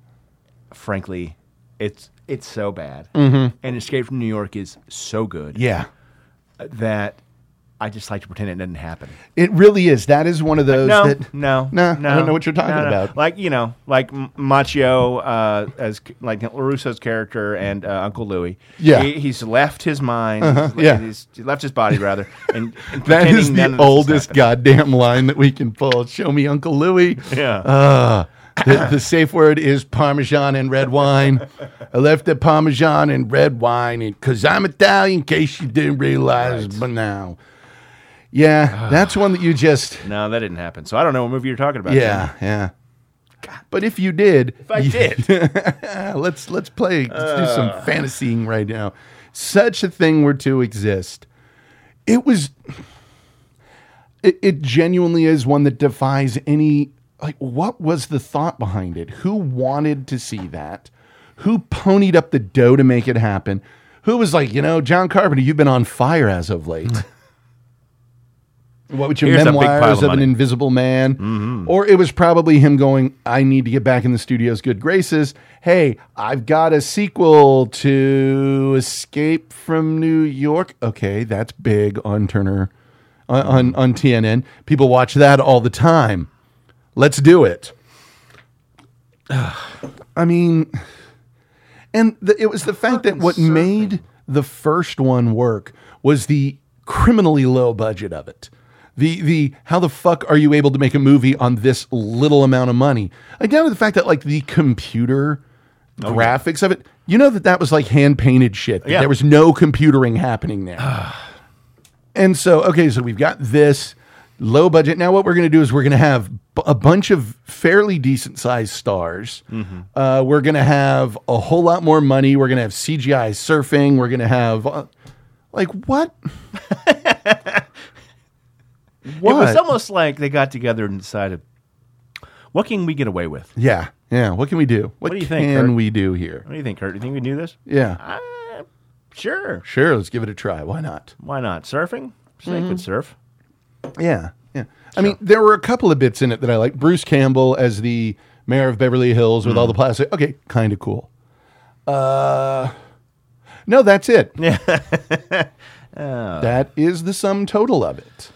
frankly, it's it's so bad. And Escape from New York is so good Mm-hmm. Yeah. that I just like to pretend it didn't happen. It really is. That is one of those No, that no, Nah, no. I don't know what you're talking no, no. about. Like you know, like M- Machio uh, as c- like Larusso's character and uh, Uncle Louie. Yeah. Uh-huh. he, he's left his mind. he's le- yeah. he's, he left his body rather. And, and That pretending is none the of this has oldest happened. goddamn line that we can pull. Show me Uncle Louie. Yeah, Uh, the, the safe word is Parmesan and red wine. I left the Parmesan and red wine because I'm Italian, in case you didn't realize but now. Yeah, that's one that you just. No, that didn't happen. So I don't know what movie you're talking about. Jim. Yeah, yeah. But if you did, If I you- did. Uh. let's let's play. Let's do some fantasying right now. Such a thing were to exist. It was. It, it genuinely is one that defies any. Like, what was the thought behind it? Who wanted to see that? Who ponied up the dough to make it happen? Who was like, you know, John Carpenter, you've been on fire as of late. what would your Here's a big pile memoirs of of an money. Mm-hmm. Invisible Man, or it was probably him going, I need to get back in the studio's good graces. Hey, I've got a sequel to Escape from New York. Okay, that's big on Turner, on, on, on TNN. People watch that all the time. Let's do it. I mean, and the, it was the fact that what made the first one work was the criminally low budget of it. The the how the fuck are you able to make a movie on this little amount of money? Like down to the fact that like the computer graphics of it, you know that that was like hand painted shit. that Yeah. There was no computering happening there. And so, okay, so we've got this low budget. Now, what we're going to do is we're going to have b- a bunch of fairly decent sized stars. Mm-hmm. Uh, we're going to have a whole lot more money. We're going to have CGI surfing. We're going to have uh, like what? It was what? almost like they got together and decided, what can we get away with? yeah, yeah. What can we do? What, do you can think, Kurt? we do here? What do you think, Kurt? Do you think we can do this? Yeah, Uh, sure. sure. Let's give it a try. Why not? Why not? Surfing? Snake Mm-hmm. would surf. Yeah, yeah. I mean, there were a couple of bits in it that I like. Bruce Campbell as the mayor of Beverly Hills Mm-hmm. with all the plastic. Okay, kind of cool. Uh, no, that's it. Oh. that is the sum total of it.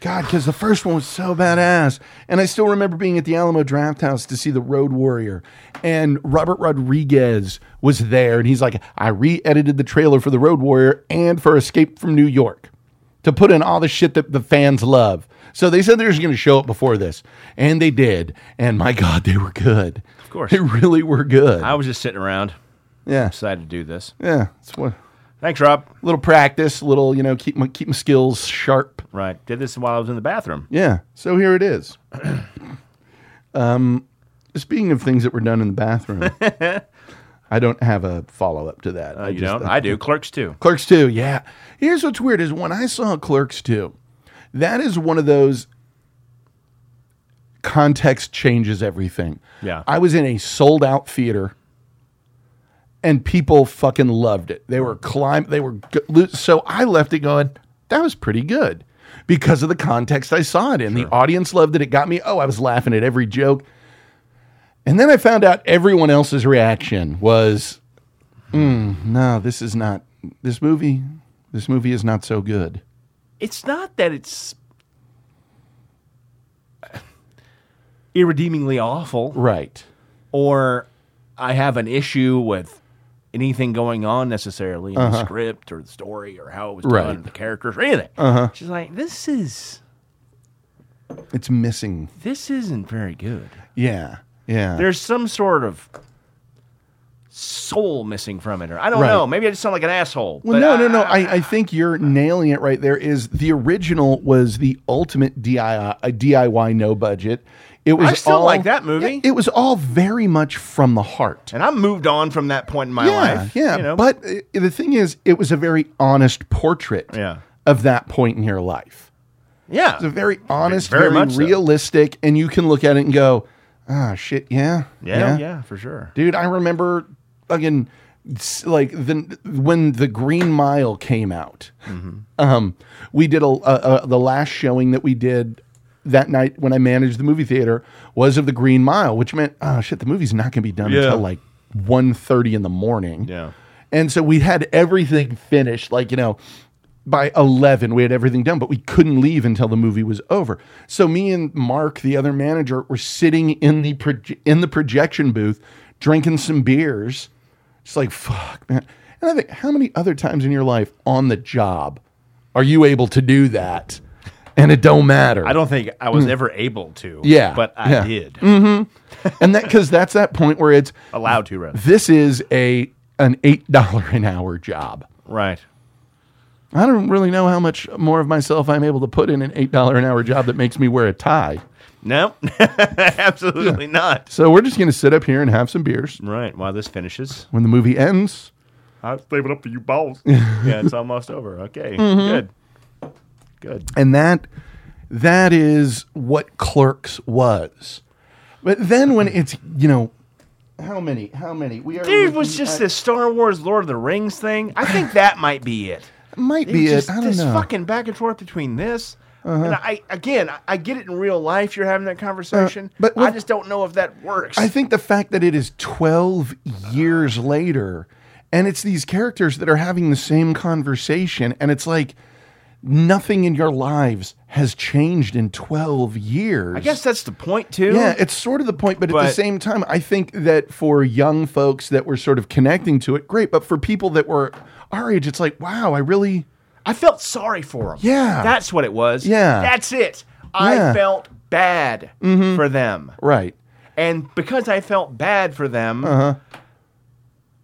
God, because the first one was so badass, and I still remember being at the Alamo Draft House to see the Road Warrior, and Robert Rodriguez was there, and he's like, "I re-edited the trailer for the Road Warrior and for Escape from New York." to put in all the shit that the fans love. So they said they were going to show it before this, and they did. And my God, they were good. Of course. they really were good. I was just sitting around, yeah, decided to do this. yeah. It's what Thanks, Rob. little practice, little you know, keep my keep my skills sharp. Right. Did this while I was in the bathroom. Yeah. So here it is. um, speaking of things that were done in the bathroom, I don't have a follow up to that. Uh, you don't? I do. Clerks too. Clerks 2, yeah. Here's what's weird is when I saw Clerks 2, that is one of those context changes everything. Yeah. I was in a sold out theater and people fucking loved it. They were climb they were go- lo- so I left it going, that was pretty good because of the context I saw it in. The audience loved it. It got me, oh, I was laughing at every joke. And then I found out everyone else's reaction was, "Mm, no, this is not, this movie, this movie is not so good. It's not that it's irredeemingly awful. Right. or I have an issue with anything going on necessarily in the script or the story or how it was done, Uh-huh. Right. or the characters or anything. Uh-huh. She's like, this is It's missing. this isn't very good. Yeah. Yeah. There's some sort of soul missing from it, or I don't Right. know. Maybe I just sound like an asshole. well, but no, no, I- no. I, I think you're nailing it right there. Is the original was the ultimate DIY, uh, DIY no budget. It was still all, like that movie. Yeah, it was all very much from the heart. and I'm moved on from that point in my yeah, life. Yeah, you know? but uh, the thing is, it was a very honest portrait Yeah. of that point in your life. yeah, It's a very honest, Very very, much so. realistic, and you can look at it and go, ah, shit, yeah, yeah, yeah, for sure. dude. I remember fucking s- like the when the Green Mile came out. Mm-hmm. Um, we did a, a, a the last showing that we did that night when I managed the movie theater was of the Green Mile, which meant oh shit, the movie's not going to be done Yeah. until like 1.30 in the morning. Yeah. and so we had everything finished, like you know. By 11, we had everything done, but we couldn't leave until the movie was over. So me and Mark, the other manager, were sitting in the proje- in the projection booth, drinking some beers, it's like, fuck, man. And I think, how many other times in your life on the job are you able to do that? and it don't matter. I don't think I was ever able to. Hmm. Yeah, But I yeah. Hmm. did. and that because that's that point where it's Allowed to, rather. this is a an eight dollar an hour job. Right. I don't really know how much more of myself I'm able to put in an eight dollar an hour job that makes me wear a tie. No, absolutely not. So we're just gonna sit up here and have some beers. Right. While this finishes, When the movie ends, I'll leave it up to you balls. yeah, it's almost over. Okay. Mm-hmm. Good. Good. and that that is what Clerks was. But then when it's you know how many how many we are Dude, it was looking just at- this Star Wars Lord of the Rings thing. I think that might be it. might It be just- it I don't this know Uh-huh. fucking back and forth between this. And I again, I, I get it in real life. You're having that conversation, Uh, but but with- I just don't know if that works. I think the fact that it is 12 years later and it's these characters that are having the same conversation and it's like nothing in your lives has changed in 12 years. I guess that's the point too. yeah, it's sort of the point, but, at the But- same time, I think that for young folks that were sort of connecting to it, great. But for people that were our age, it's like, wow, I really, I felt sorry for them. Yeah. That's what it was. Yeah. That's it. I Yeah. Mm-hmm. felt bad for them. right. And because I felt bad for them, Uh-huh.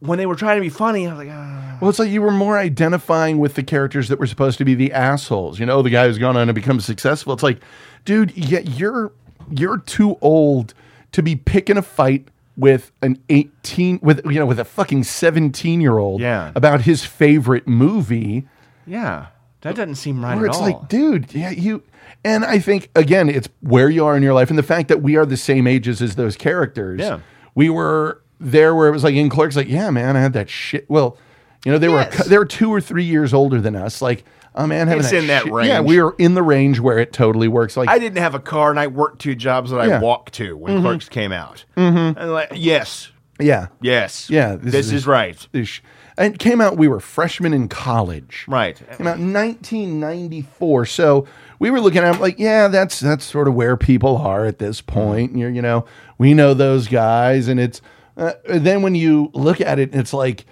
when they were trying to be funny, I was like, ah. Well, it's like you were more identifying with the characters that were supposed to be the assholes. You know, the guy who's gone on to become successful. It's like, dude, yeah, you're you're too old to be picking a fight with an 18 with you know with a fucking 17 year old Yeah. about his favorite movie yeah, that doesn't seem right where at it's all. like dude yeah you and i think again it's where you are in your life and the fact that we are the same ages as those characters Yeah. we were there where it was like in clerks like yeah man i had that shit well you know they were a cou- Yes. they were two or three years older than us like oh man having It's in that shit- yeah range. we were in the range where it totally works like I didn't have a car and I worked two jobs that I Yeah. walked to when Clerks came out. Mm-hmm. And like, yes, yeah yes. Yeah, this This, is- is, right. ish. and it came out we were freshmen in college Right. came out in 1994. So we were looking at it like, yeah, that's that's sort of where people are at this point. You're, you know, we know those guys, and it's uh, then when you look at it, it's like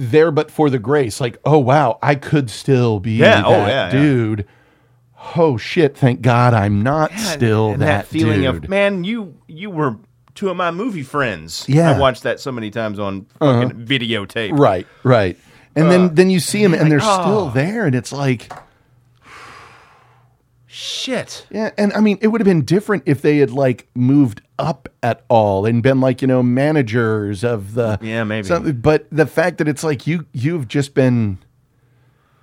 there, but for the grace, like, oh wow, I could still be Yeah, that oh, yeah, yeah. dude. Oh shit! Thank God I'm not still And that, feeling dude. of man, you you were two of my movie friends. Yeah. Uh-huh. I watched that so many times on fucking videotape. right, right. And then then you see them, and they're Uh, like, still oh. there, and it's like. Shit. Yeah, and I mean, it would have been different if they had like moved up at all and been like you know managers of the Yeah, maybe. something. But the fact that it's like you you've just been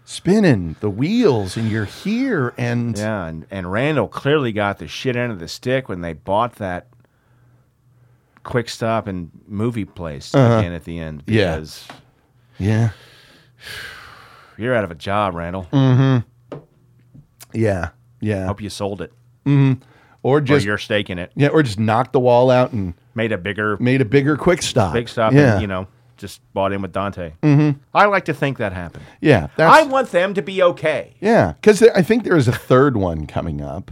spinning the wheels and you're here and Yeah, and, and Randall clearly got the shit end of the stick when they bought that quick stop and movie place again at the end Uh-huh. Yeah. because yeah you're out of a job, Randall. Mm. yeah yeah Hope you sold it. or Or just you're staking it. yeah or just knocked the wall out and Made a bigger made a bigger quick stop big stop yeah and you know, just bought in with Dante. Mm-hmm. I like to think that happened. yeah I that's, want them to be okay. yeah because I think there is a third one coming up.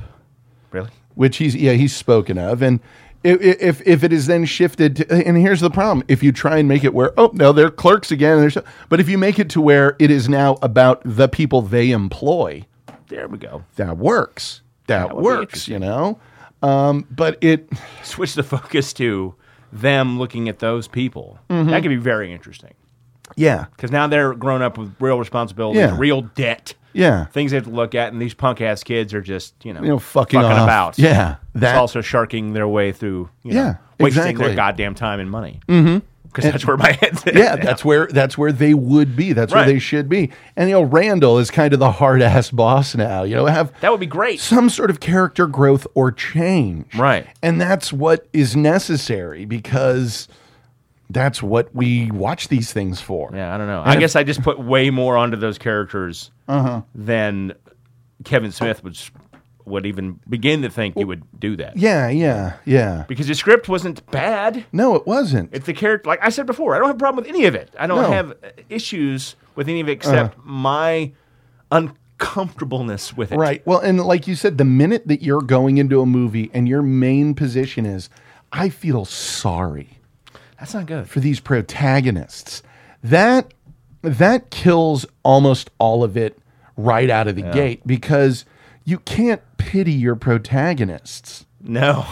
Really? which he's yeah he's spoken of and i- i- if if it is then shifted to, and here's the problem if you try and make it where oh no they're clerks again and they're, but if you make it to where it is now about the people they employ There we go. that works that, That would be works interesting. you know um, but it Switch the focus to them looking at those people. Mm-hmm. That could be very interesting. yeah Because now they're grown up with real responsibilities, Yeah. real debt. yeah things they have to look at, and these punk ass kids are just you know, you know fucking, off. about. yeah that's that also sharking their way through. You Yeah, know, wasting exactly. their goddamn time and money. Mm-hmm. Because that's where my head's at. yeah that's where that's where they would be that's Right. where they should be and you know Randall is kind of the hard ass boss now you know have that would be great. some sort of character growth or change. Right. And that's what is necessary because that's what we watch these things for. Yeah, I don't know. I guess I just put way more onto those characters Uh-huh. than Kevin Smith would s- would even begin to think you would do that. Yeah, yeah, yeah. Because the script wasn't bad. No, it wasn't. If the character, like I said before, I don't have a problem with any of it. I don't No. Uh-huh. have uh, issues with any of it except my uncomfortableness with it. Right. Well, and like you said, the minute that you're going into a movie and your main position is, I feel sorry That's not good. for these protagonists, that that kills almost all of it right out of the gate because you can't pity your protagonists. No.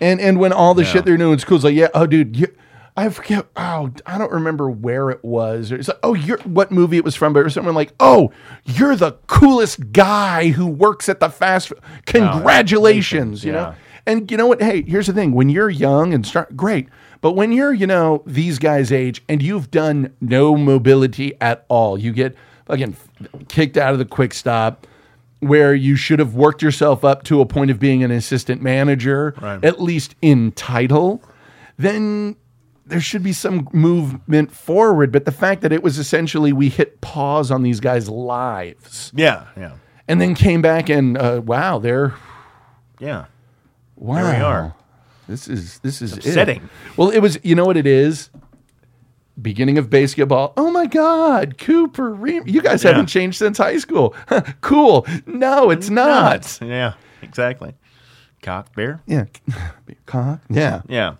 And and when all the Yeah. shit they're doing in school is like, yeah, oh, dude, you, I forget. Oh, I don't remember where it was. It's like, oh, you're what movie it was from, but it was someone like, oh, you're the coolest guy who works at the fast. food. Congratulations, you know. Oh, Yeah. And you know what? Hey, here's the thing: when you're young and start, great. But when you're, you know, these guys' age, and you've done no mobility at all, you get fucking kicked out of the quick stop, where you should have worked yourself up to a point of being an assistant manager, Right. at least in title. Then there should be some movement forward. But the fact that it was essentially we hit pause on these guys' lives, Yeah. Yeah. and then came back and uh, wow, they're Yeah. Wow. we are. This is this is it. upsetting. Well, it was. You know what it is. Beginning of basketball. Oh my God, Cooper Ream. You guys Yeah. haven't changed since high school. cool. No, it's not. Yeah. Exactly. Cock bear. Yeah. Cock. Yeah. Yeah.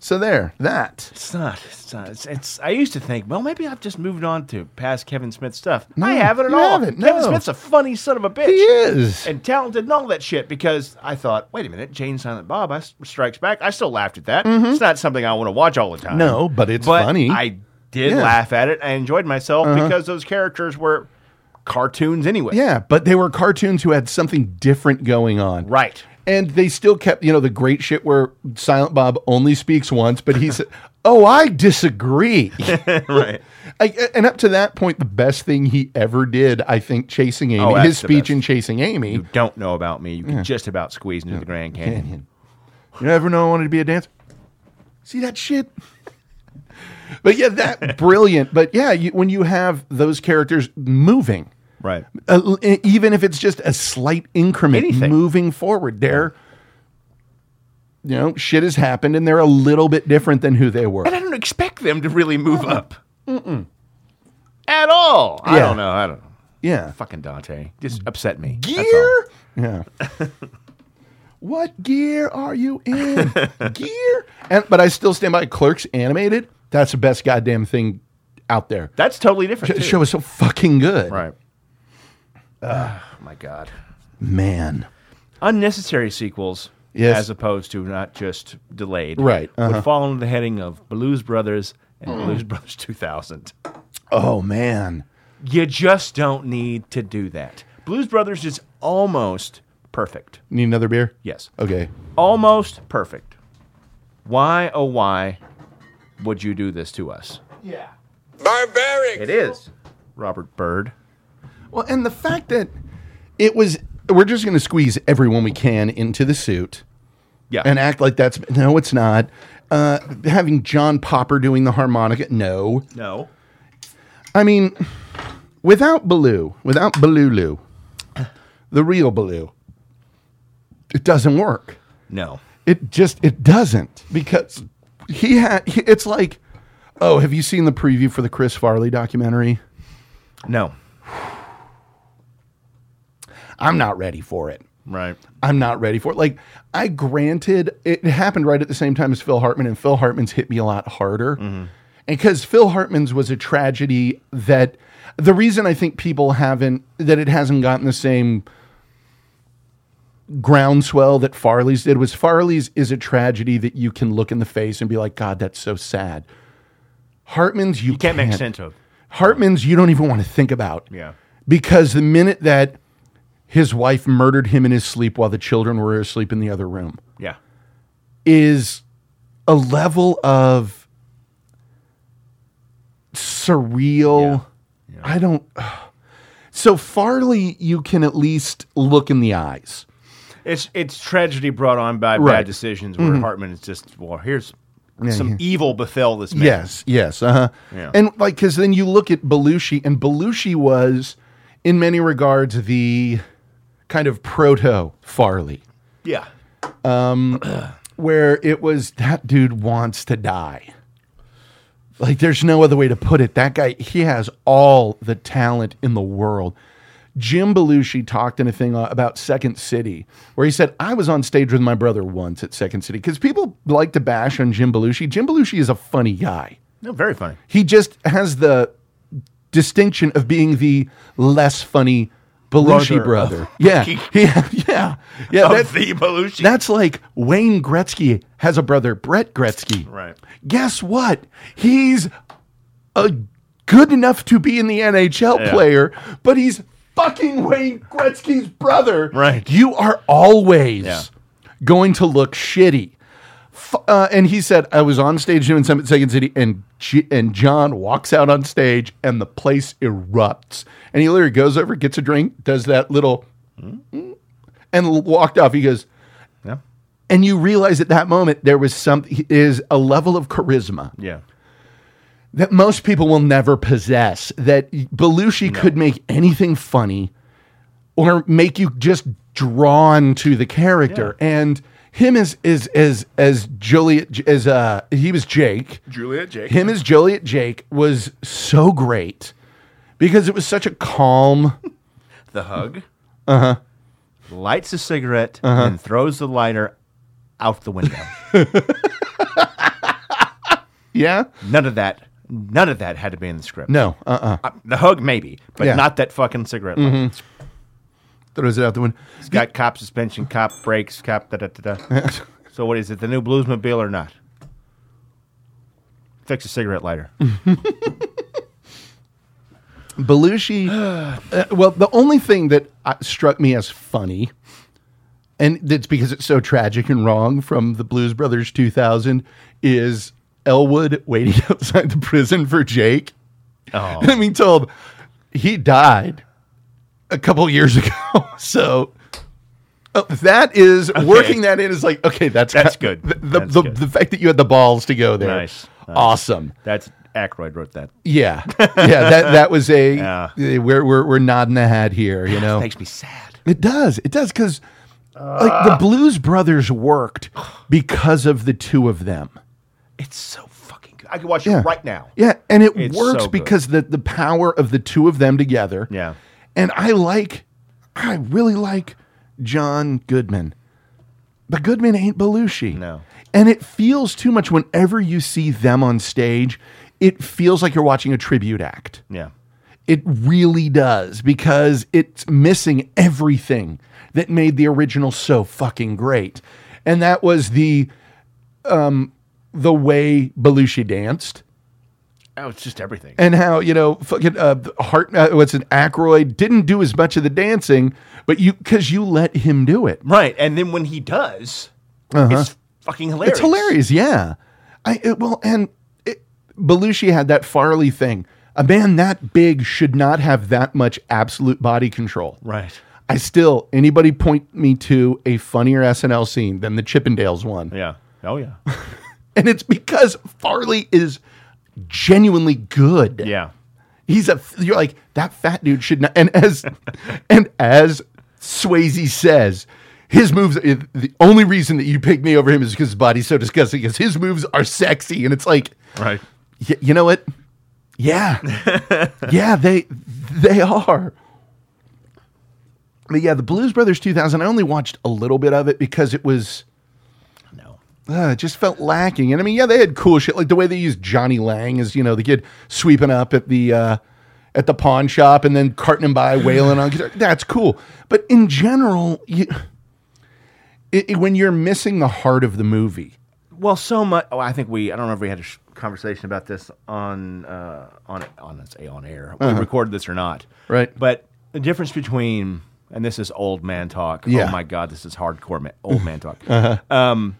So there. That. It's not. It's not. It's, it's. I used to think, well, maybe I've just moved on to past Kevin Smith stuff. I haven't at you all. haven't, Kevin no. Smith's a funny son of a bitch. He is. and talented and all that shit because I thought, wait a minute, Jane Silent Bob I, Strikes Back. I still laughed at that. It's not something I want to watch all the time. Mm-hmm. No, but it's but funny. I did Yeah. Uh-huh. laugh at it. I enjoyed myself because those characters were cartoons anyway. yeah, but they were cartoons who had something different going on. Right. And they still kept, you know, the great shit where Silent Bob only speaks once, but he's, oh, I disagree. right. I, and up to that point, the best thing he ever did, I think, chasing Amy, Oh, that's his the speech best. in chasing Amy. You You don't know about me. You can just about squeeze into the Grand Canyon. never know I wanted to be a dancer. See that shit. but yeah, that brilliant. But yeah, you, when you have those characters moving, Right. uh, l- e- even if it's just a slight increment Anything. moving forward, they're you know shit has happened, and they're a little bit different than who they were. And I don't expect them to really move up. At all. I Uh-uh. Yeah. don't know. I don't know. Yeah, Fucking Dante. Just upset me. That's all. gear? Yeah. what gear are you in? gear? And but I still stand by Clerks animated. That's the best goddamn thing out there. That's totally different. That too. show is so fucking good. Right. oh my god. Man. Unnecessary sequels Yes. as opposed to not just delayed. Right, uh-huh. Would fall under the heading of Blues Brothers and Blues Brothers 2000. Oh man. You just don't need to do that. Blues Brothers is almost perfect. Need another beer? Yes. Okay. Almost perfect. Why oh why would you do this to us? Barbaric. It is Robert Byrd. Well, and the fact that it was we're just gonna squeeze everyone we can into the suit. Yeah. and act like that's no, it's not. Uh, having John Popper doing the harmonica, no. no. I mean, without Baloo, without Balulu, the real Baloo, it doesn't work. No. It just it doesn't because he had. he- It's like, oh, have you seen the preview for the Chris Farley documentary? No. I'm not ready for it. Right. I'm not ready for it. Like, I granted it happened right at the same time as Phil Hartman, and Phil Hartman's hit me a lot harder. Mm-hmm. And because Phil Hartman's was a tragedy that the reason I think people haven't, that it hasn't gotten the same groundswell that Farley's did was Farley's is a tragedy that you can look in the face and be like, God, that's so sad. Hartman's, you, You can't make sense of. Hartman's you don't even want to think about. Yeah. Because the minute that his wife murdered him in his sleep while the children were asleep in the other room Yeah. is a level of surreal. I don't. So Farley, you can at least look in the eyes. It's it's tragedy brought on by Right. Mm-hmm. bad decisions where Hartman is just well here's some yeah. evil befell this man. Yes, yes, uh huh. Yeah. And like, because then you look at Belushi, and Belushi was, in many regards, the kind of proto Farley. Yeah. where it was that dude wants to die. Like there's no other way to put it. That guy, he has all the talent in the world. Jim Belushi talked in a thing uh, about Second City where he said, I was on stage with my brother once at Second City because people like to bash on Jim Belushi. Jim Belushi is a funny guy. No, very funny. He just has the distinction of being the less funny Belushi brother. brother. Yeah, yeah, yeah, yeah. Of That's, the Belushi. that's like Wayne Gretzky has a brother, Brett Gretzky. Right. Guess what? He's a good enough to be in the NHL Yeah. player, but he's fucking Wayne Gretzky's brother. Right. You are always Yeah. going to look shitty. F- Uh, and he said, I was on stage doing something at Second City, and G- and John walks out on stage, and the place erupts. And he literally goes over, gets a drink, does that little, Hmm? and l- walked off. He goes, Yeah. and you realize at that moment there was some is a level of charisma Yeah. that most people will never possess. That Belushi could make anything funny or make you just drawn to the character. And him as is as as Juliet as uh he was Jake. Juliet Jake. Him as Juliet Jake was so great because it was such a calm the hug. Uh Uh-huh. huh. Lights a cigarette and throws the lighter out the window. yeah. none of that. None of that had to be in the script. No, uh-uh. Uh, the hug maybe, but Yeah. Mm-hmm. not that fucking cigarette. lighter. Throws it out the window. It's got cop suspension, cop brakes, cop da da da da. so what is it? The new Bluesmobile or not? Fix a cigarette lighter. Belushi. uh, well, the only thing that uh, struck me as funny, and that's because it's so tragic and wrong from the Blues Brothers 2000, is Elwood waiting outside the prison for Jake. I Oh, mean, told he died a couple years ago. So uh, that is working that in is like okay, that's That's ki- good. The, the, That's the, good. the fact that you had the balls to go there, Nice. Nice. awesome. that's Aykroyd wrote that. Yeah, yeah. That that was a Yeah. Ah, eh, we're we're we're nodding the hat here. You know, Makes me sad. it does. It does because like Ah. the Blues Brothers worked because of the two of them. It's so fucking good. I could watch Yeah, it right now. Yeah, and it It's works so good. because the the power of the two of them together. Yeah. and I like, I really like John Goodman, but Goodman ain't Belushi. No. and it feels too much whenever you see them on stage. It feels like you're watching a tribute act. Yeah. It really does because it's missing everything that made the original so fucking great. And that was the um the way Belushi danced Oh, it's just everything. and how, you know, fucking uh Hart uh, what's an Aykroyd didn't do as much of the dancing, but you cuz you let him do it. Right. And then when he does, it's fucking hilarious. Uh-huh. It's hilarious, yeah. I it, well, and it, Belushi had that Farley thing. A man that big should not have that much absolute body control. Right. I still anybody point me to a funnier SNL scene than the Chippendales one, Yeah. Oh, yeah. and it's because Farley is genuinely good. Yeah. he's a. You're like that fat dude should not. And as and as Swayze says. His moves. The only reason that you pick me over him is because his body's so disgusting. Because his moves are sexy, and it's like, Right. y- you know what? Yeah, yeah, they they are. But yeah, the Blues Brothers 2000. I only watched a little bit of it because it was No. uh, it just felt lacking. And I mean, yeah, they had cool shit like the way they used Johnny Lang as you know the kid sweeping up at the uh, at the pawn shop and then carting him by, wailing on guitar. That's cool. But in general, you, it, it- when you're missing the heart of the movie, Well, so much. Oh, I think we. I don't remember if we had a sh- conversation about this on uh, on on let's say on air. We recorded this or not? Uh-huh. Right. But the difference between and this is old man talk. Yeah. Uh-huh. Oh my god, this is hardcore ma- old man talk. Um,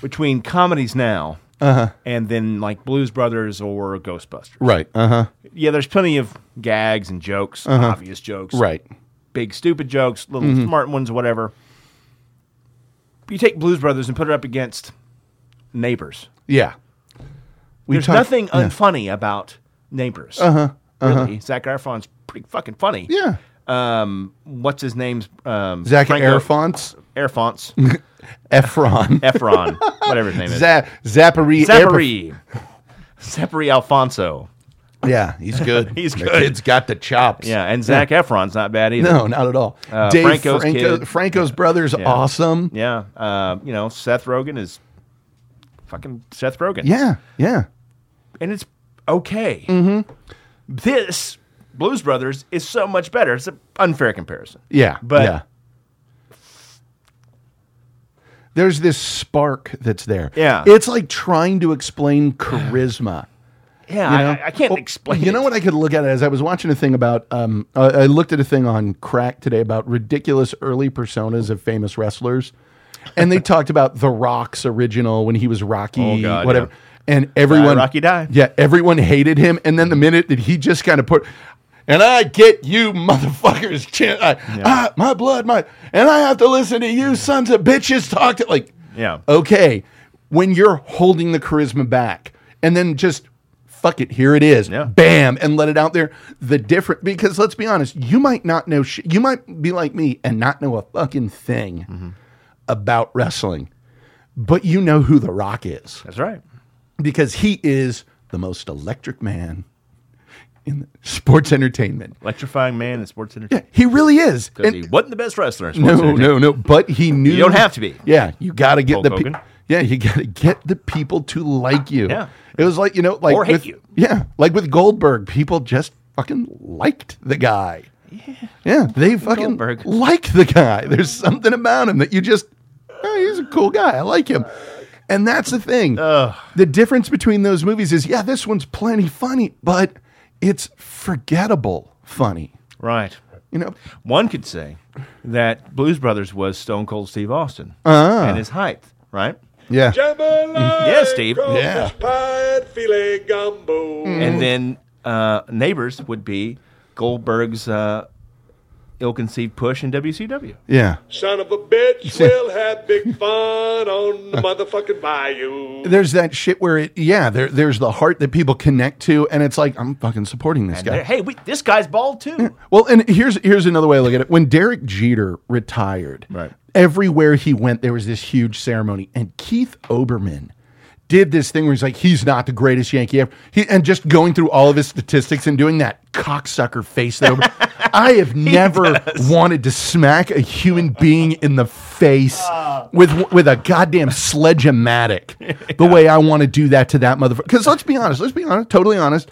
between comedies now and then like Blues Brothers or Ghostbusters. Uh-huh. right? Uh huh. Yeah, there's plenty of gags and jokes, obvious jokes, Uh-huh. Right. Mm-hmm. big stupid jokes, little smart ones, whatever. You take Blues Brothers and put it up against Neighbors. Yeah. We There's talked- Uh-huh, nothing unfunny about Neighbors. Uh huh. Really, Zach Efron's pretty fucking funny. Yeah. Um, what's his name's um, Zach Franco- Airfonts, Airfonts, Efron, Efron, whatever his name is. Za- Zappari, Zachary. Zachary Alfonso. Airpo- Yeah, he's good. He's The good. kid's got the chops. Yeah, and Zach Efron's not bad either. No, not at all. Uh, Dave Franco's kid. Franco's brother's Yeah. awesome. Yeah. Uh, you know, Seth Rogen is fucking Seth Rogen. Yeah, yeah. And it's okay. Mm-hmm. This Blues Brothers is so much better. It's an unfair comparison. Yeah. But- yeah. There's this spark that's there. Yeah. It's like trying to explain charisma. Yeah, you know? I, I can't Well, explain. You know it. what I could look at it as? I was watching a thing about. Um, I, I looked at a thing on Crack today about ridiculous early personas of famous wrestlers, and they talked about The Rock's original when he was Rocky, Oh, God, whatever. yeah. And everyone Rocky, die. Yeah, everyone hated him, and then the minute that he just kind of put. And I get you, motherfuckers. Chin, I, ah, my blood, my, and I have to listen to you, sons of bitches, talk to like, Yeah. okay, when you're holding the charisma back and then just fuck it, here it is, Yeah. bam, and let it out there. The different because let's be honest, you might not know shit. You might be like me and not know a fucking thing Mm-hmm. about wrestling, but you know who The Rock is That's right. because he is the most electric man in sports entertainment. Electrifying man in sports entertainment. He really is. Because And- he wasn't the best wrestler. In sports no, entertainment. no, no. But he knew don't have to be. Yeah, you got to get Hulk the pe- Hogan. yeah, you got to get the people to like you. Yeah. it was like you know, like Or hate with, you. Yeah, like with Goldberg, people just fucking liked the guy. Yeah, they fucking Goldberg. like the guy. There's something about him that you just, oh, he's a cool guy. I like him. And that's the thing. The difference between those movies is, yeah, this one's plenty funny, but it's forgettable funny. Right. You know, One could say that Blues Brothers was Stone Cold Steve Austin Ah. and his height. Right. yeah, Jambalaya. Yeah, Mm. Steve. crawfish Yeah. Pie and filet gumbo. Mm. And then uh, Neighbors would be Goldberg's uh, ill-conceived push in WCW. yeah. Son of a bitch, we'll have big fun on the motherfucking bayou. there's that shit where it yeah there, there's the heart that people connect to and it's like i'm fucking supporting this guy Hey, we, this guy's bald too. well and here's here's another way i look at it when derek jeter retired Right. everywhere he went there was this huge ceremony and keith oberman did this thing where he's like he's not the greatest yankee ever he, and just going through all of his statistics and doing that cocksucker face that Ober- i have never wanted to smack a human being in the face with with a goddamn sledge-o-matic the way i want to do that to that motherfucker because let's be honest let's be honest totally honest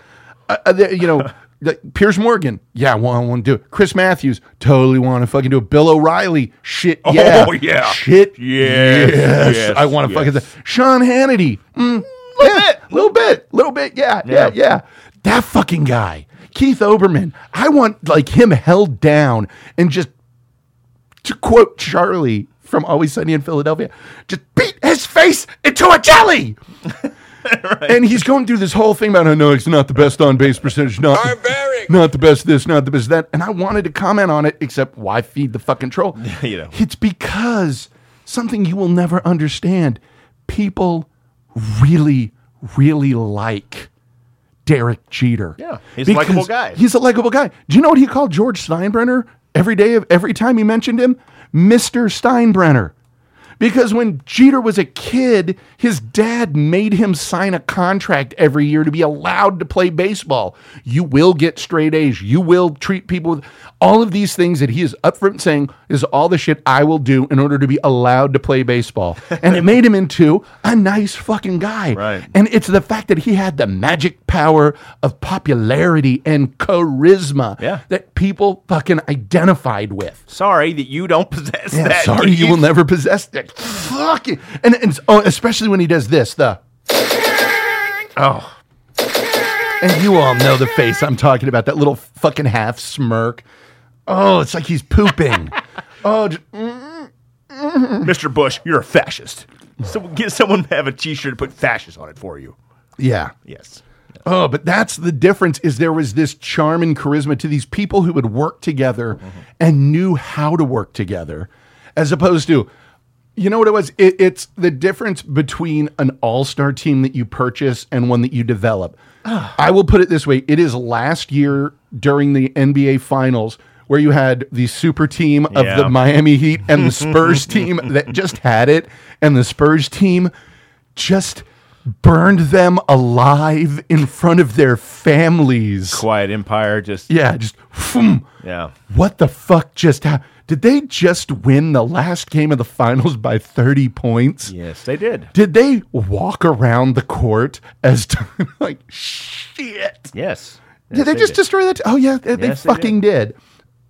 uh, uh, there- you know, the- Piers Morgan, yeah, well, I want to do it. Chris Matthews, totally want to fucking do it. Bill O'Reilly, shit, yeah, Oh, yeah. shit, Yes, yes, yes, I want to yes. fucking. do- Sean Hannity, mm, yeah, little bit, little bit, yeah, yeah, yeah, Yeah. That fucking guy, Keith Oberman, I want like him held down and just to quote Charlie from Always Sunny in Philadelphia, just beat his face into a jelly. And he's going through this whole thing about, oh, no, it's not the best on base percentage, not, Barbaric. not the best this, not the best that. And I wanted to comment on it, except why feed the fucking troll? You know. It's because something you will never understand. People really, really like Derek Jeter. Yeah, he's a likable Because guy. He's a likable guy. Do you know what he called George Steinbrenner every day of every time he mentioned him? Mr. Steinbrenner. Because when Jeter was a kid, his dad made him sign a contract every year to be allowed to play baseball. You will get straight A's. You will treat people with all of these things that he is upfront saying is all the shit I will do in order to be allowed to play baseball. And it made him into a nice fucking guy. Right. And it's the fact that he had the magic power of popularity and charisma Yeah. that people fucking identified with. Sorry that you don't possess Yeah, that. sorry, you will never possess that. Fuck it. And, and oh, especially when he does this, the. Oh. And you all know the face I'm talking about, that little fucking half smirk. Oh, it's like he's pooping. oh, j- Mr. Bush, you're a fascist. So get someone to have a T-shirt to put fascist on it for you. yeah. Yes. Oh, but that's the difference is there was this charm and charisma to these people who would work together and knew how to work together as opposed to you know what it was it, it's the difference between an all-star team that you purchase and one that you develop i will put it this way it is last year during the nba finals where you had the super team of Yeah. the miami heat and the spurs team that just had it and the spurs team just burned them alive in front of their families. Quiet Empire just Yeah, just phoom. yeah. What the fuck just happened? Did they just win the last game of the finals by 30 points? Yes, they did. Did they walk around the court as time like shit? Yes. did they they just did. destroy that? Oh yeah, they, they Yes, they fucking did.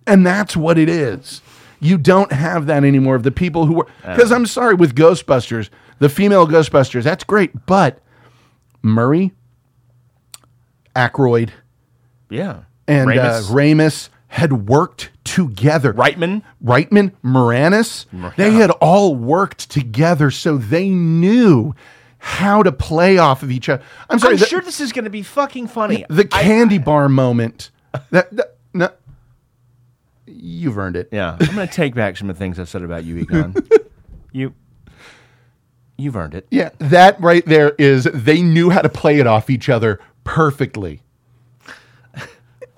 And that's what it is. You don't have that anymore of the people who were because I'm sorry with Ghostbusters, the female Ghostbusters, that's great, but Murray, Aykroyd, Yeah. and Ramus, Ramus, uh, Ramis had worked together. Reitman. Reitman, Moranis, they had all worked together, so they knew how to play off of each other. I'm sorry. I'm the, sure this is going to be fucking funny. the candy bar moment. That, that- no, you've earned it. yeah. I'm going to take back some of the things I've said about you, Egon. you, you've earned it. Yeah, that right there is they knew how to play it off each other perfectly.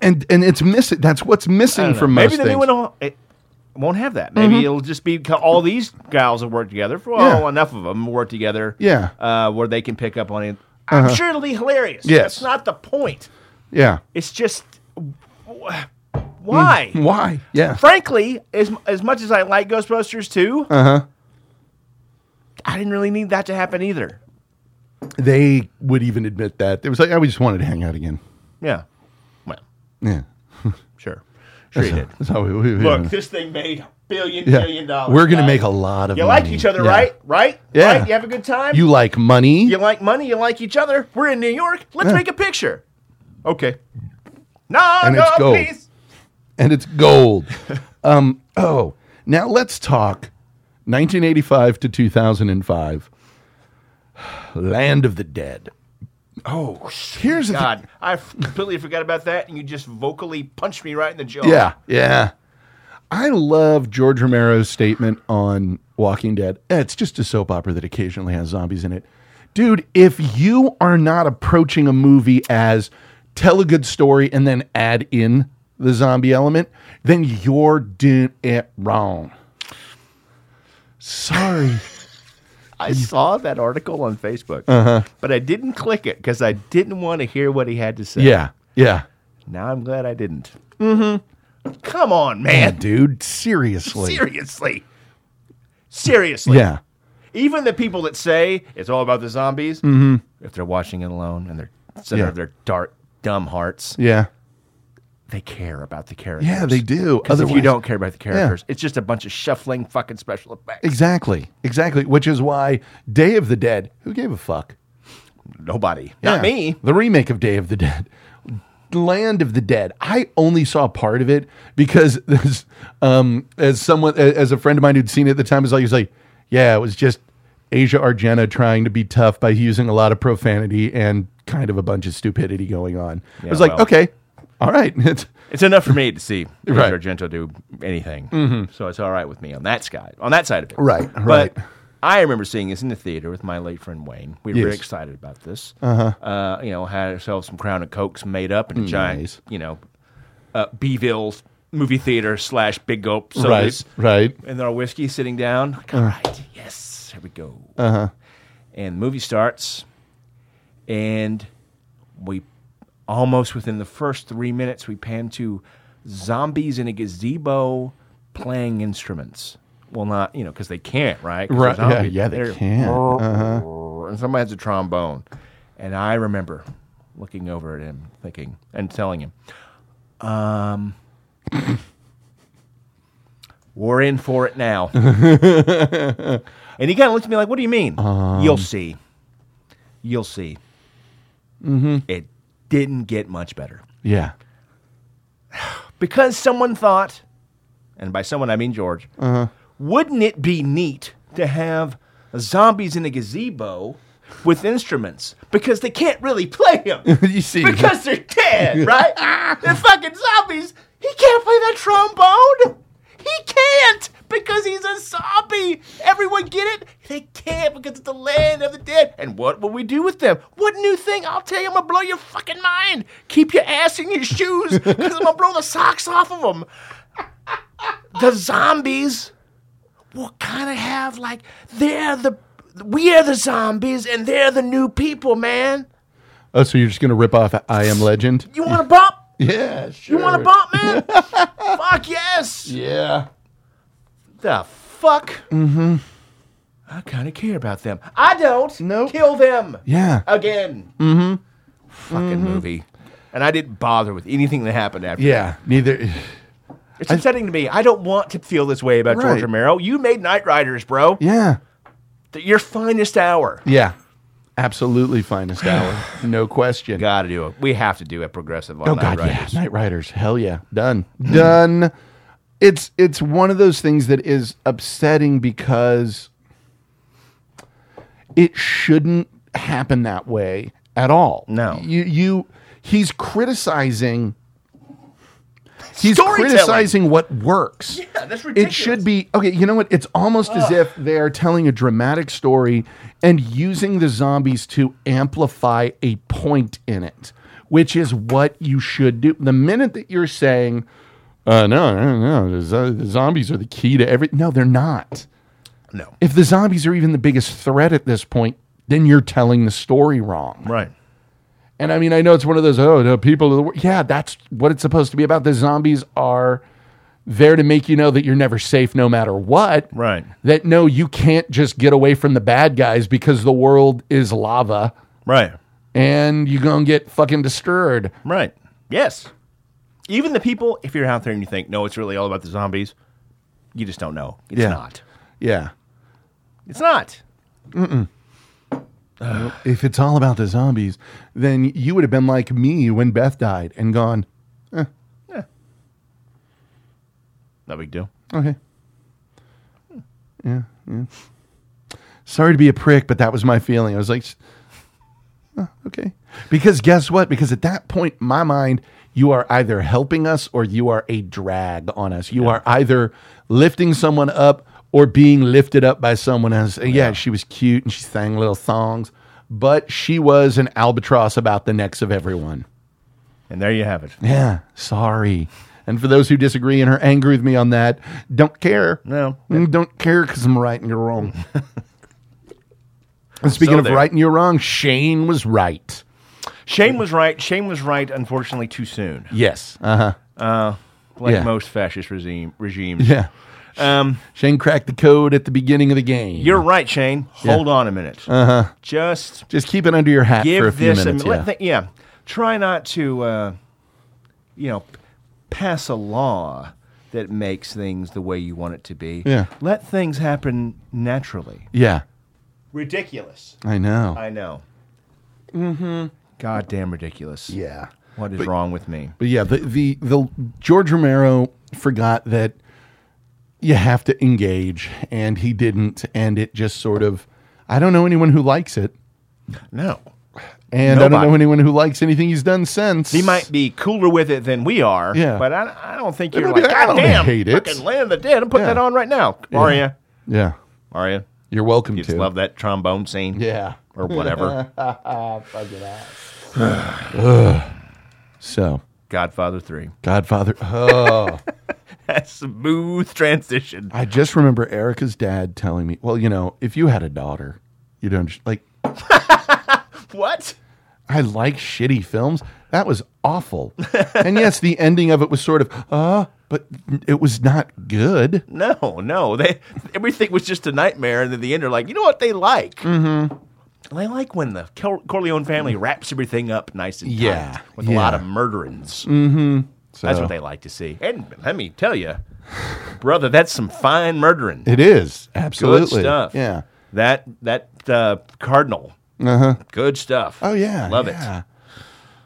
And and it's missing. That's what's missing from most Maybe the things. Mm-hmm. new one will, it won't have that. Maybe it'll just be co- all these gals will work together. For, well, Yeah. enough of them will work together. Yeah. Uh-huh. uh, where they can pick up on it. I'm sure it'll be hilarious. Yes. that's not the point. yeah. It's just wh- Mm, why. Why? Yeah. Frankly, as as much as I like Ghostbusters too, Uh-huh. I didn't really need that to happen either. They would even admit that. It was like, I just wanted to hang out again. Yeah, well, Yeah. sure, sure you did. That's how we, we- we- Look, this thing made billion Uh-huh. yeah. billion dollars. We're going to guys. make a lot of You money. like each other, Yeah. right? Right? Yeah. Right? You have a good time. You like money. You like money, you like each other. We're in New York. Let's make a picture. Okay. No, And no, it's gold. please. and it's gold. um, oh, now let's talk 1985 to 2005. Land of the Dead. Oh, here's the thing. God, I f- completely forgot about that, and you just vocally punched me right in the jaw. Yeah, yeah. I love George Romero's statement on Walking Dead. It's just a soap opera that occasionally has zombies in it. Dude, if you are not approaching a movie as tell a good story and then add in the zombie element, then you're doing it wrong. Sorry. Mm. I saw that article on Facebook, Uh-huh. but I didn't click it because I didn't want to hear what he had to say. yeah, yeah. Now I'm glad I didn't. Mm-hmm. Come on, Yeah, man. dude, seriously. Seriously. Seriously. Oh, Yeah. Even the people that say it's all about the zombies, if they're watching it alone and they're center Mm-hmm. Yeah. of their dark, dumb hearts, Yeah. they care about the characters. Yeah, they do. Because if you Otherwise- don't care about the characters, it's just a bunch of shuffling fucking special effects. Exactly. Exactly, which is why Day of the Dead, who gave a fuck? Nobody. Yeah. Not me. The remake of Day of the Dead. Land of the Dead. I only saw part of it because this, um, as someone, a- as a friend of mine who'd seen it at the time, was like, he was like, yeah, it was just Asia Argenta trying to be tough by using a lot of profanity and kind of a bunch of stupidity going on. I Yeah, was like, well. okay, all right. It's, It's enough for me to see Right. Mm-hmm. right. Argento do anything. So it's all right with me on that side, on that side of it. Right, But right. I remember seeing this in the theater with my late friend Wayne. We were Yes. excited about this. Uh-huh. Uh, you know, had ourselves some Crown and Cokes made up in a Nice. giant, you know, uh, Beeville's movie theater slash Big Gulp. right, sodas. right. and our whiskey sitting down. Like, all right, yes, here we go. Uh Uh-huh. huh. And the movie starts, and we almost within the first three minutes we pan to zombies in a gazebo playing instruments. Well, not you know because they can't, right? 'Cause they're Right, yeah, zombies. yeah, they They're- can't. Oh. And somebody has a trombone, and I remember looking over at him, thinking and telling him, um, we're in for it now. and he kind of looked at me like, what do you mean? You'll see. You'll see. Mm-hmm. It didn't get much better. Yeah. Because someone thought, and by someone I mean George, wouldn't it be neat to have zombies in a gazebo with instruments? Because they can't really play them. you see. Because they're dead, right? they're fucking zombies. He can't play that trombone. He can't because he's a zombie. Everyone get it? They can't because it's the land of the dead. And what will we do with them? What new thing? I'll tell you, I'm gonna blow your fucking mind. Keep your ass in your shoes because I'm gonna blow the socks off of them. The zombies will kind of have like they're the we are the zombies and they're the new people, man. oh, so you're just going to rip off I Am Legend? You want to bump? Yeah, sure. You want a bump, man? fuck yes. Yeah. The fuck? Mm-hmm. I kind of care about them. I don't. Nope. Kill them. Yeah. Again. Mm-hmm. Fucking movie. And I didn't bother with anything that happened after. Yeah, neither. It's upsetting to me. I don't want to feel this way about Right. George Romero. You made Night Riders, bro. Yeah, Th- Your finest hour. yeah, absolutely finest hour, no question. Gotta do it. We have to do it progressive on oh Night God, Riders. yeah, Night Riders, hell yeah, done, done. It's it's one of those things that is upsetting because it shouldn't happen that way at all. No. you you he's criticizing. He's Storytelling. criticizing what works. Yeah, that's It ridiculous. should be okay. You know what? It's almost as if they are telling a dramatic story and using the zombies to amplify a point in it, which is what you should do. The minute that you're saying, uh, "No, no, no, the, zo- the zombies are the key to every," no, they're not. No. If the zombies are even the biggest threat at this point, then you're telling the story wrong. Right. And I mean, I know it's one of those, oh, the people of the world. Yeah, that's what it's supposed to be about. The zombies are there to make you know that you're never safe no matter what. Right. That no, you can't just get away from the bad guys because the world is lava Right. and you're going to get fucking disturbed. Right. Yes. Even the people, if you're out there and you think, no, it's really all about the zombies, you just don't know. It's Yeah. not. Yeah. It's not. If it's all about the zombies, then you would have been like me when Beth died and gone, No big deal. okay. Yeah. Sorry to be a prick, but that was my feeling. I was like, "Oh, okay. Because guess what? Because at that point, in my mind, you are either helping us or you are a drag on us. You are either lifting someone up or being lifted up by someone else. And yeah, she was cute and she sang little songs, but she was an albatross about the necks of everyone. And there you have it. Yeah, sorry. And for those who disagree and are angry with me on that, don't care. No. Mm, Don't care because I'm right and you're wrong. and speaking So of there. right and you're wrong, Shane was right. Shane was right. Shane was right, unfortunately, too soon. Yes. Uh huh. Like Yeah. most fascist regime, regimes. Yeah. Um, Shane cracked the code at the beginning of the game. you're right, Shane. Hold on a minute. Uh huh. Just Just keep it under your hat give for a Uh-huh. few this minutes. a minute. yeah. yeah. Try not to, uh, you know, p- pass a law that makes things the way you want it to be. Yeah. Let things happen naturally. yeah. Ridiculous. I know. I know. Mm-hmm. Goddamn ridiculous. yeah. What is wrong with me? But yeah, the, the the George Romero forgot that you have to engage, and he didn't, and it just sort of. I don't know anyone who likes it, No. and I Nobody. don't know anyone who likes anything he's done since. He might be cooler with it than we are. Yeah. But I, I don't think They you're might be like, like, I God don't damn, hate it." fucking Land of the Dead. I'm putting Yeah. that on right now. Aria. Yeah, Aria. you're welcome You to just love that trombone scene. Yeah. Or whatever. So, Godfather 3. Godfather. Oh, That's smooth transition. I just remember Erica's dad telling me, "Well, you know, if you had a daughter, you'd understand." Like, What? I like shitty films. That was awful. and yes, the ending of it was sort of uh, but it was not good. No, no. They everything was just a nightmare, and then the end are like, you know what they like? Mm-hmm. They like when the Cor- Corleone family wraps everything up nice and tight Yeah, with a lot yeah. Mm-hmm. of murderings. So. That's what they like to see. And let me tell you, brother, that's some fine murdering. It is absolutely Good stuff. Yeah. That that uh, cardinal. Good stuff. Uh-huh. Oh yeah. Love it. yeah.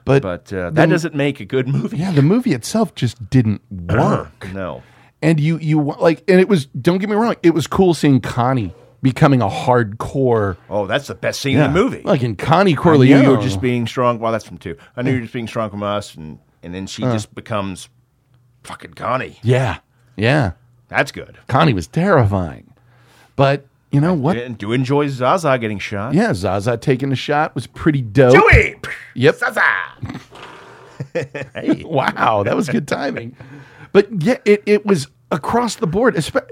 But, But uh, that Then- doesn't make a good movie. yeah, the movie itself just didn't work. No. and you you wa- like and it was don't get me wrong, it was cool seeing Connie becoming a hardcore Oh, that's the best scene in the movie. Like in I Connie knew Corleone. you were just being strong. Well, that's from two. I knew you were just being strong from us, and and then she just becomes fucking Connie. yeah. Yeah. That's good. Connie was terrifying. But you know what? And do enjoy Zaza getting shot. Yeah, Zaza taking a shot was pretty dope. Dewey. Yep. Zaza. Wow, that was good timing. But yeah, it, it was across the board. espe-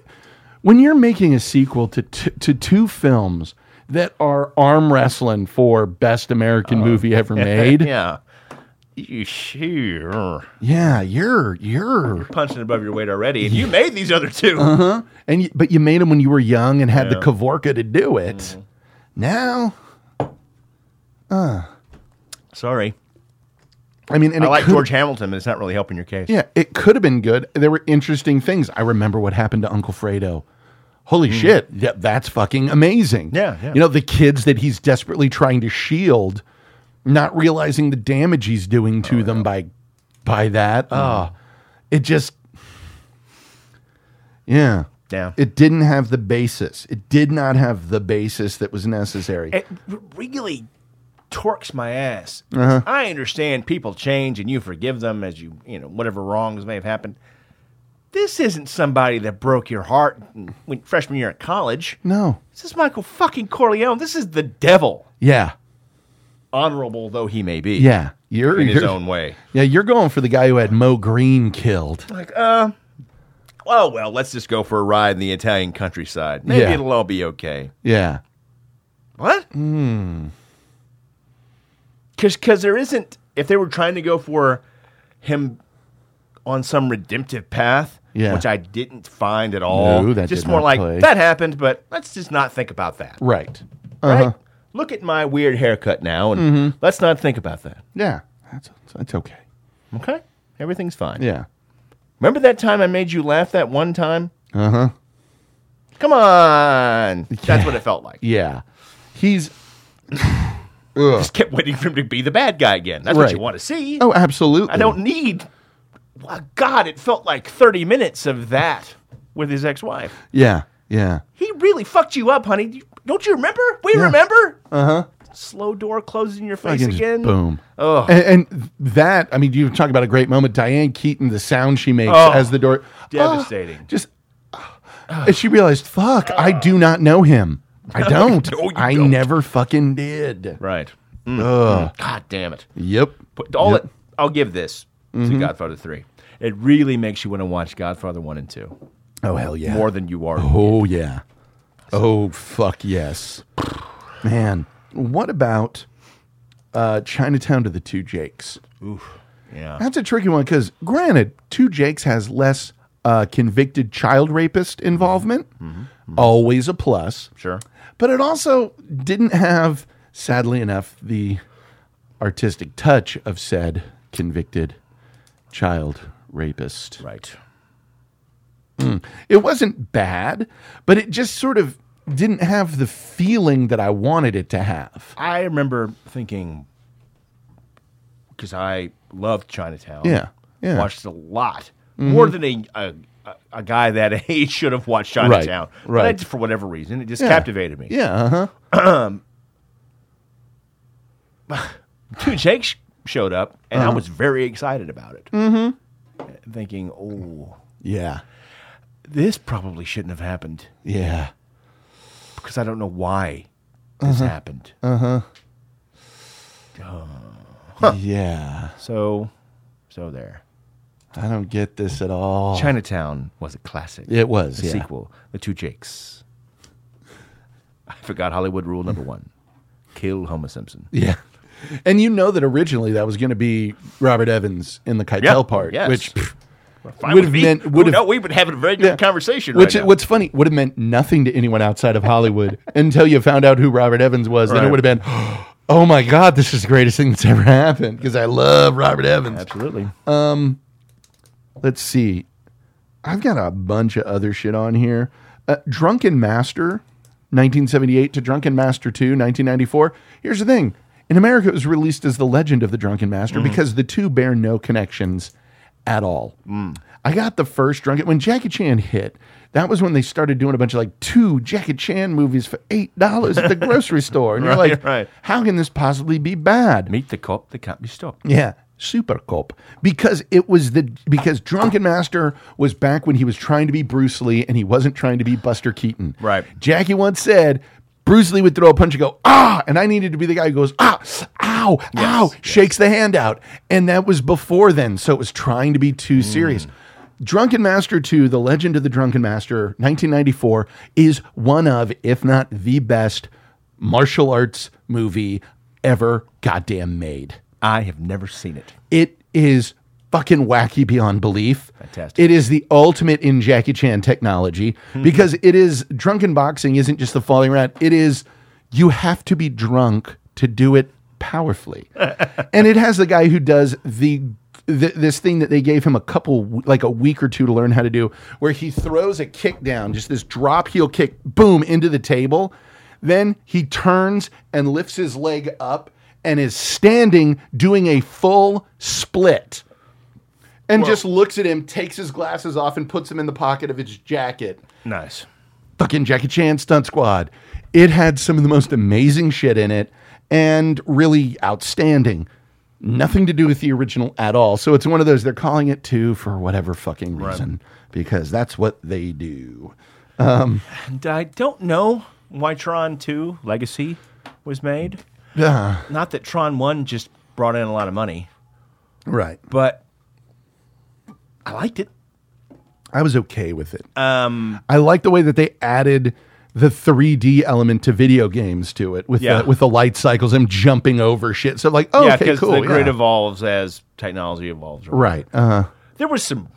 When you're making a sequel to, t- to two films that are arm wrestling for best American movie ever made, Uh-huh. yeah. Yeah. You sure you're you're punching above your weight already, and you made these other 2 Uh-huh. and you, but you made them when you were young and had the Kavorka to do it. Now, Sorry. I mean, and I it like could- George Hamilton, but it's not really helping your case. Yeah, it could have been good. There were interesting things. I remember what happened to Uncle Fredo. Holy shit. Yeah, that's fucking amazing. Hmm. Yeah, yeah. You know, the kids that he's desperately trying to shield, not realizing the damage he's doing Oh, to them by by that. Hmm. Ah, it just Yeah. Yeah. It didn't have the basis. It did not have the basis that was necessary. It r- really torques my ass. Uh-huh. I understand people change and you forgive them as you, you know, whatever wrongs may have happened. This isn't somebody that broke your heart when freshman year at college. no. This is Michael fucking Corleone. This is the devil, Yeah. honorable though he may be. Yeah. You're, in his you're- own way. Yeah, you're going for the guy who had Mo Green killed. Like, uh, oh well, let's just go for a ride in the Italian countryside. Maybe Yeah. it'll all be okay. Yeah. What? Hmm. Because there isn't. If they were trying to go for him on some redemptive path, Yeah. which I didn't find at all. No, that just did more not like play. that happened, but let's just not think about that. Right. Uh-huh. Right? Look at my weird haircut now, and Mm-hmm. let's not think about that. Yeah, that's that's okay. Okay, everything's fine. Yeah, Remember that time I made you laugh that one time? Uh huh. Uh-huh. Come on. That's what it felt like. yeah. He's Just kept waiting for him to be the bad guy again. That's what you Right. want to see. oh, absolutely. I don't need. Well, God, it felt like 30 minutes of that with his ex wife. Yeah, yeah, He really fucked you up, honey. You- Don't you remember? We remember? Uh huh. Slow door closes in your face Fucking just again. boom. Ugh. And, and that I mean, you talk about a great moment. Diane Keaton, the sound she makes Oh, as the door devastating. Ah, just and she realized, fuck, I do not know him. I don't. No, you I don't. never fucking did. Right. Mm. God damn it. Yep. But all Yep. it, I'll give this to Godfather 3. It really makes you want to watch Godfather 1 and 2 Oh hell yeah. more than you are. Oh yeah. Oh fuck yes. Man, what about uh, Chinatown to the Two Jakes? Yeah. That's a tricky one because, granted, Two Jakes has less uh, convicted child rapist involvement, Mm-hmm. always a plus. Sure. But it also didn't have, sadly enough, the artistic touch of said convicted child rapist. Right. It wasn't bad, but it just sort of didn't have the feeling that I wanted it to have. I remember thinking because I loved Chinatown. Yeah, yeah. Mm-hmm. watched a lot more than a, a a guy that age should have watched Chinatown. But I right. just- for whatever reason, it just Yeah. captivated me. Yeah, uh huh. Dude, Jake sh- showed up, and Uh-huh. I was very excited about it, mm-hmm. thinking, "Oh, Yeah, this probably shouldn't have happened yeah. because I don't know why this Uh-huh. happened." Yeah. So, so there. I don't get this at all. Chinatown was a classic. It was, the yeah. sequel, The Two Jakes. I forgot Hollywood rule number one: kill Homer Simpson. Yeah. And you know that originally that was going to be Robert Evans in the Keitel part, yes. which Fine Would with have me. meant- Who would have- know, we've been having a very good Yeah. conversation. which right now. what's funny would have meant nothing to anyone outside of Hollywood until you found out who Robert Evans was. Then it Right. would have been, oh my god, this is the greatest thing that's ever happened because I love Robert Evans. absolutely Let's see, I've got a bunch of other shit on here. Uh, Drunken Master, 1978 to Drunken Master 2, 1994. Here's the thing. In America, it was released as The Legend of the Drunken Master Mm. because the two bear no connections at all. Mm. I got the first Drunken. When Jackie Chan hit, that was when they started doing a bunch of like two Jackie Chan movies for $8 at the grocery store. And you're Right, like, right. how can this possibly be bad? meet the cop that can't be stopped. Yeah, Super Cop. Because it was the because Drunken Master was back when he was trying to be Bruce Lee and he wasn't trying to be Buster Keaton. Right. Jackie once said Bruce Lee would throw a punch and go, ah, and I needed to be the guy who goes, ah, ow, ow, shakes the hand out. And that was before then. So it was trying to be too serious. Drunken Master 2, The Legend of the Drunken Master, 1994, is one of, if not the best, martial arts movie ever goddamn made. I have never seen it. It is fucking wacky beyond belief. Fantastic. It is the ultimate in Jackie Chan technology because it is drunken boxing isn't just the falling around. It is you have to be drunk to do it powerfully. and it has the guy who does the, th- this thing that they gave him a couple like a week or two to learn how to do where he throws a kick down, just this drop heel kick boom into the table. Then he turns and lifts his leg up and is standing doing a full split. And just looks at him, takes his glasses off, and puts them in the pocket of his jacket Nice. fucking Jackie Chan Stunt Squad. It had some of the most amazing shit in it and really outstanding. Nothing to do with the original at all. So it's one of those they're calling it two for whatever fucking reason because that's what they do. And I don't know why Tron 2 Legacy was made. Ah, Not that Tron 1 just brought in a lot of money, right. but I liked it. I was okay with it. Um, I like the way that they added the 3D element to video games to it with Yeah. the, with the light cycles and jumping over shit. So like, oh, yeah, okay, because cool. the grid yeah. evolves as technology evolves. right. Uh, There was some,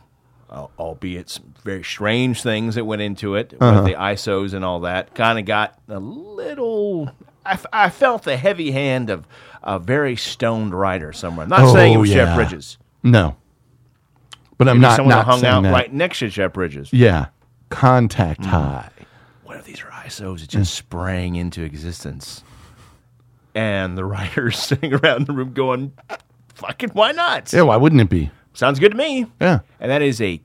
al- albeit some very strange things that went into it Uh-huh. with the ISOs and all that. Kind of got a little. I, f- I felt the heavy hand of a very stoned writer somewhere. I'm not saying it Oh, was yeah. Jeff Bridges. no, but I'm Maybe not someone not that hung saying out Mm. that. right next to Jeff Bridges. Yeah. Contact high. What if these are ISOs that Mm. just sprang into existence? And the writers sitting around the room going, "Fucking why not? Yeah, why wouldn't it be? Sounds good to me." Yeah. And that is a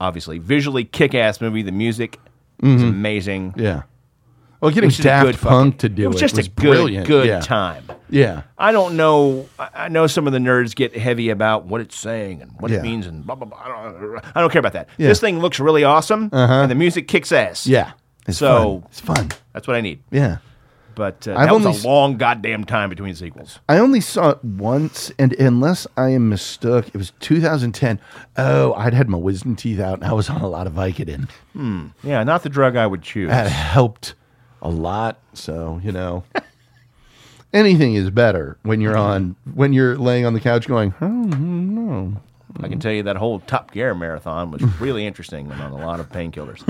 obviously visually kick ass movie. The music Mm-hmm. is amazing. Yeah. Well, getting Which is a Daft good fucking- Punk to do it was just a good brilliant. good yeah. time. Yeah. I don't know. I I know some of the nerds get heavy about what it's saying and what Yeah. it means and blah blah blah. I don't, I don't care about that. Yeah. Uh-huh. This thing looks really awesome, and the music kicks ass. Yeah. It's So- fun. It's fun. that's what I need. Yeah. But uh, I've that was only s- a long goddamn time between sequels. I only saw it once, and unless I am mistook, it was 2010. Oh, I'd had my wisdom teeth out, and I was on a lot of Vicodin. Yeah, not the drug I would choose. That helped a lot. So you know, anything is better when you're on when you're laying on the couch going, oh, I Mm-hmm. can tell you that whole Top Gear marathon was really interesting and on a lot of painkillers.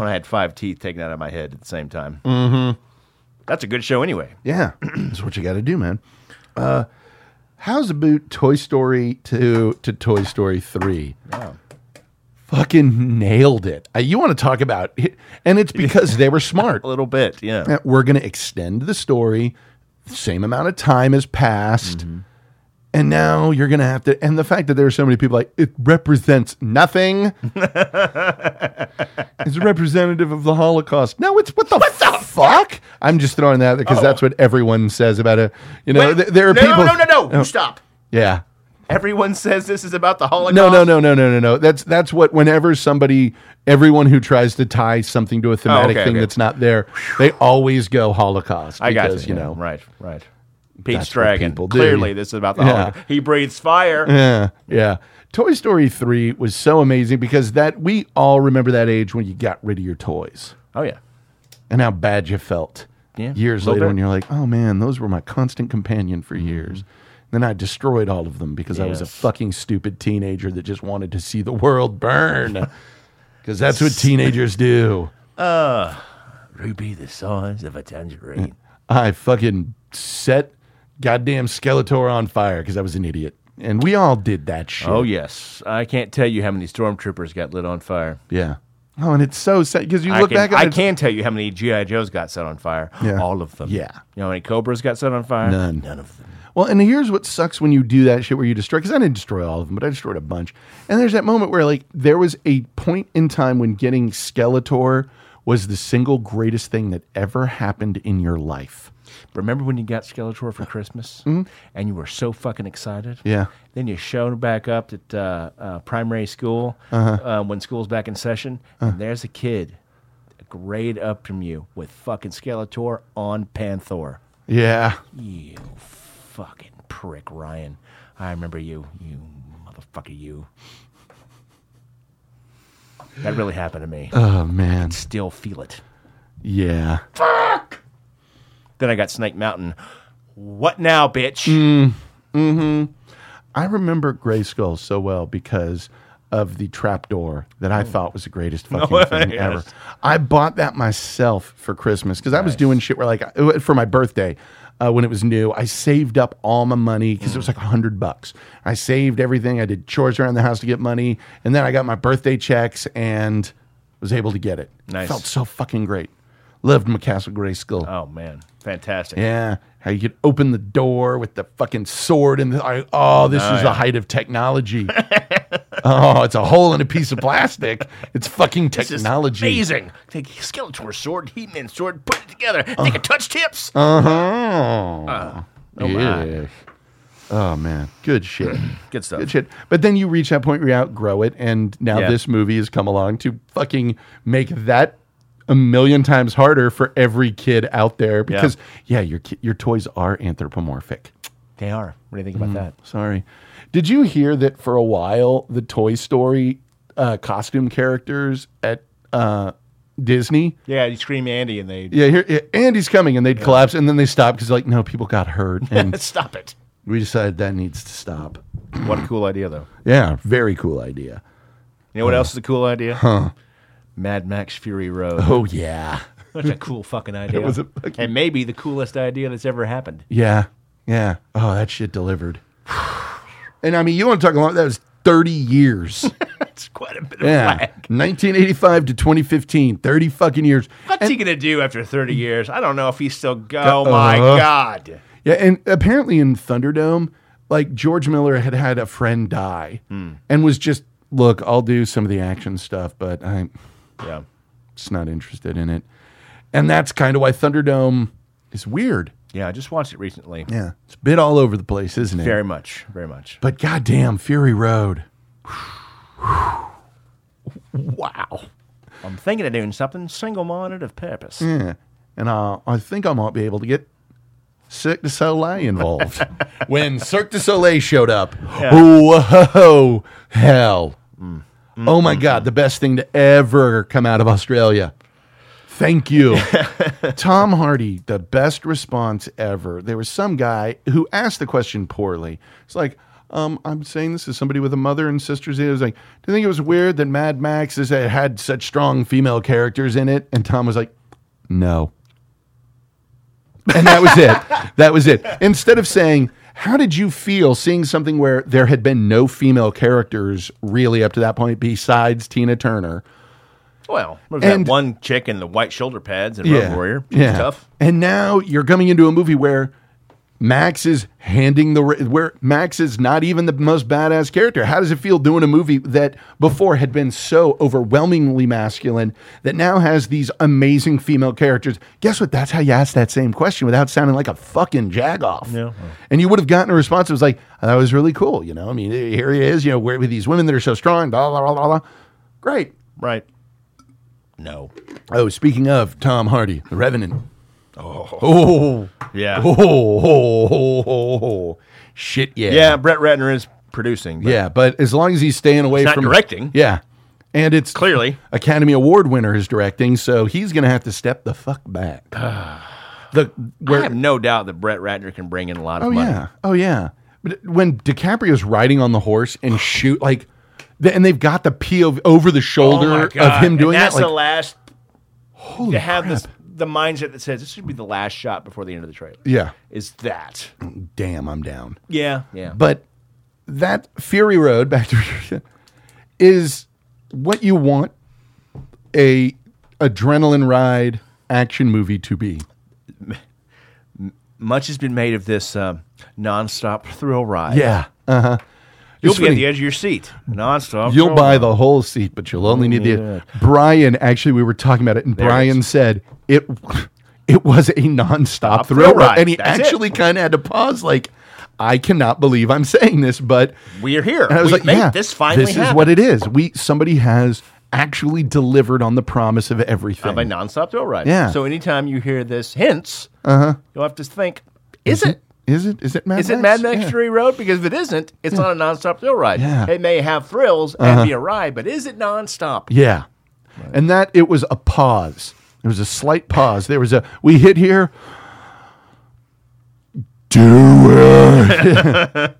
when I had five teeth taken out of my head at the same time. Mm-hmm. That's a good show anyway. Yeah, that's what you got to do, man. Uh, how's about Toy Story two to Toy Story three? Fucking nailed it. Uh, you want to talk about, and it's because they were smart. A little bit, yeah. Uh, We're going to extend the story. Same amount of time has passed. Mm-hmm. And now you're going to have to. And the fact that there are so many people like, it represents nothing. it's representative of the Holocaust. No, it's what the, fuck? I'm just throwing that because that's what everyone says about it. You know, Oh. Wait, th- there are no, people. Oh, No, no, no, no. You Stop. Yeah. Everyone says this is about the Holocaust. No, no, no, no, no, no, no. That's that's what whenever somebody, everyone who tries to tie something to a thematic Oh, okay, thing okay. that's not there, they always go Holocaust. I got because, you. you know, right, right. That's Pete's what dragon. people do. Clearly, this is about the Yeah. Holocaust. He breathes fire. Yeah, yeah. Toy Story three was so amazing because that we all remember that age when you got rid of your toys Oh yeah. and how bad you felt. Yeah, Years little later, bit. Mm-hmm. when you're like, oh man, those were my constant companion for years. Then I destroyed all of them because I was a Yes. fucking stupid teenager that just wanted to see the world burn. Because that's what teenagers do. Ruby, the size of a tangerine. I fucking set goddamn Skeletor on fire because I was an idiot. And we all did that shit. Oh yes. I can't tell you how many stormtroopers got lit on fire. yeah. Oh, and it's so sad because you I look can, back at I it. can tell you how many GI Joes got set on fire. Yeah. All of them. Yeah. You know how many Cobras got set on fire? None. None of them. Well, and here's what sucks when you do that shit where you destroy, because I didn't destroy all of them, but I destroyed a bunch. And there's that moment where, like, there was a point in time when getting Skeletor was the single greatest thing that ever happened in your life. Remember when you got Skeletor for Christmas and you were so fucking excited? Mm-hmm. Yeah. Then you showed back up at uh, uh, primary school Uh-huh. uh, when school's back in session, and there's a kid a grade up from you with fucking Skeletor on Panther. Yeah. You fucking prick, Ryan. I remember you. You motherfucker, you. That really happened to me. Oh, man. Still feel it. Yeah. Then I got Snake Mountain. What now, bitch? Mm. I remember Grayskull so well because of the trapdoor that I thought was the greatest fucking thing Oh. yes. ever. I bought that myself uh, for Christmas because I was doing shit where, like, I- for my birthday, uh, when it was new. I saved up all my money because Mm. it was like a hundred bucks. I saved everything. I did chores around the house to get money, and then I got my birthday checks and was able to get it. Nice. Felt so fucking great. Loved my Castle Grayskull. Oh man, fantastic. Yeah, how you could open the door with the fucking sword and the, I, oh, this is the height of technology. oh, it's a hole in a piece of plastic. It's fucking This is technology. amazing. Take Skeletor sword, Heat Man sword, put it together. They Uh. can touch tips. Uh-huh. oh, my. Oh man, good shit. Good stuff. Good shit. But then you reach that point where you outgrow it, and now Yeah. this movie has come along to fucking make that a million times harder for every kid out there because yeah, your ki- your toys are anthropomorphic. They are. What do you think Mm. about that? Sorry. Did you hear that for a while the Toy Story uh, costume characters at uh, Disney? Yeah, you scream Andy and they Yeah, here yeah, Andy's coming, and they'd collapse, and then they stopped because like no, people got hurt, and stop it. we decided that needs to stop. What a cool idea though. Yeah, very cool idea. You know Uh. what else is a cool idea? Huh. Mad Max Fury Road. Oh yeah, That's a cool fucking idea. was a fucking- And maybe the coolest idea that's ever happened. yeah, yeah. Oh, that shit delivered. and I mean, you want to talk about that was thirty years. That's quite a bit of Yeah, whack. 1985 to 2015, 30 fucking years. What's he gonna do after 30 years? I don't know if he's still. Go- oh my Uh-huh. god! Yeah, and apparently in Thunderdome, like George Miller had had a friend die and was just, look, I'll do some of the action stuff, but I'm Yeah, just not interested in it. And that's kind of why Thunderdome is weird. yeah. I just watched it recently. Yeah, it's a bit all over the place, isn't it? Very much, very much. But goddamn, Fury Road. wow. I'm thinking of doing something single-minded of purpose. Yeah. And uh, I think I might be able to get Cirque du Soleil involved. when Cirque du Soleil showed up, whoa, hell. Oh my God, the best thing to ever come out of Australia. Thank you. Tom Hardy, the best response ever. There was some guy who asked the question poorly. It's like, um, I'm saying this is somebody with a mother and sisters. It was like, do you think it was weird that Mad Max is, had such strong female characters in it? And Tom was like, no. And that was it. That was it. Instead of saying, how did you feel seeing something where there had been no female characters really up to that point besides Tina Turner? Well, what was And- that one chick in the white shoulder pads and Road Warrior? She's Yeah. tough. And now you're coming into a movie where Max is handing the ra- where Max is not even the most badass character. How does it feel doing a movie that before had been so overwhelmingly masculine that now has these amazing female characters? Guess what? That's how you ask that same question without sounding like a fucking jagoff. Yeah. And you would have gotten a response that was like, "Oh, "That was really cool." You know, I mean, here he is. You know, where with these women that are so strong. Blah blah blah blah. blah. Great. Right. No. Oh, speaking of Tom Hardy, The Revenant. Oh, Yeah. oh, oh, oh, oh, oh. shit! Yeah, Yeah, Brett Ratner is producing. but yeah. But as long as he's staying away not from directing. yeah, and it's Clearly. Academy Award winner is directing, so he's gonna have to step the fuck back. the I where? have no doubt that Brett Ratner can bring in a lot of Oh money. yeah, oh yeah. But when DiCaprio's riding on the horse and shoot like, th- and they've got the POV over the Oh, my shoulder of God. him doing and that's that. Like, the last holy to have this crap. the mindset that says this should be the last shot before the end of the trailer. Yeah, Is that? damn, I'm down. Yeah. Yeah. But that Fury Road, back to is what you want a adrenaline ride action movie to be. Much has been made of this um, nonstop thrill ride. Yeah. Uh huh. You'll be at the edge of your seat. Nonstop. You'll thrill buy ride. the whole seat, but you'll only need the Brian. Actually, we were talking about it, and it Brian is. said it. It was a nonstop thrill thrill ride, ride. and he That's it. actually kind of had to pause, like, "I cannot believe I'm saying this," but We're here. And I was We've like, made yeah, this finally This is happen. what it is. We somebody has actually delivered on the promise of everything. Of a nonstop thrill ride. Yeah. So anytime you hear this hints, uh-huh. you'll have to think, is it? Is it? Is it Mad Is it Mad Max Yeah. Fury Road? Because if it isn't, it's not a nonstop thrill ride. Yeah. Uh-huh. It may have thrills and be a ride, but is it nonstop? Yeah. And that it was a pause. There was a slight pause. There was a we hit here. Do it.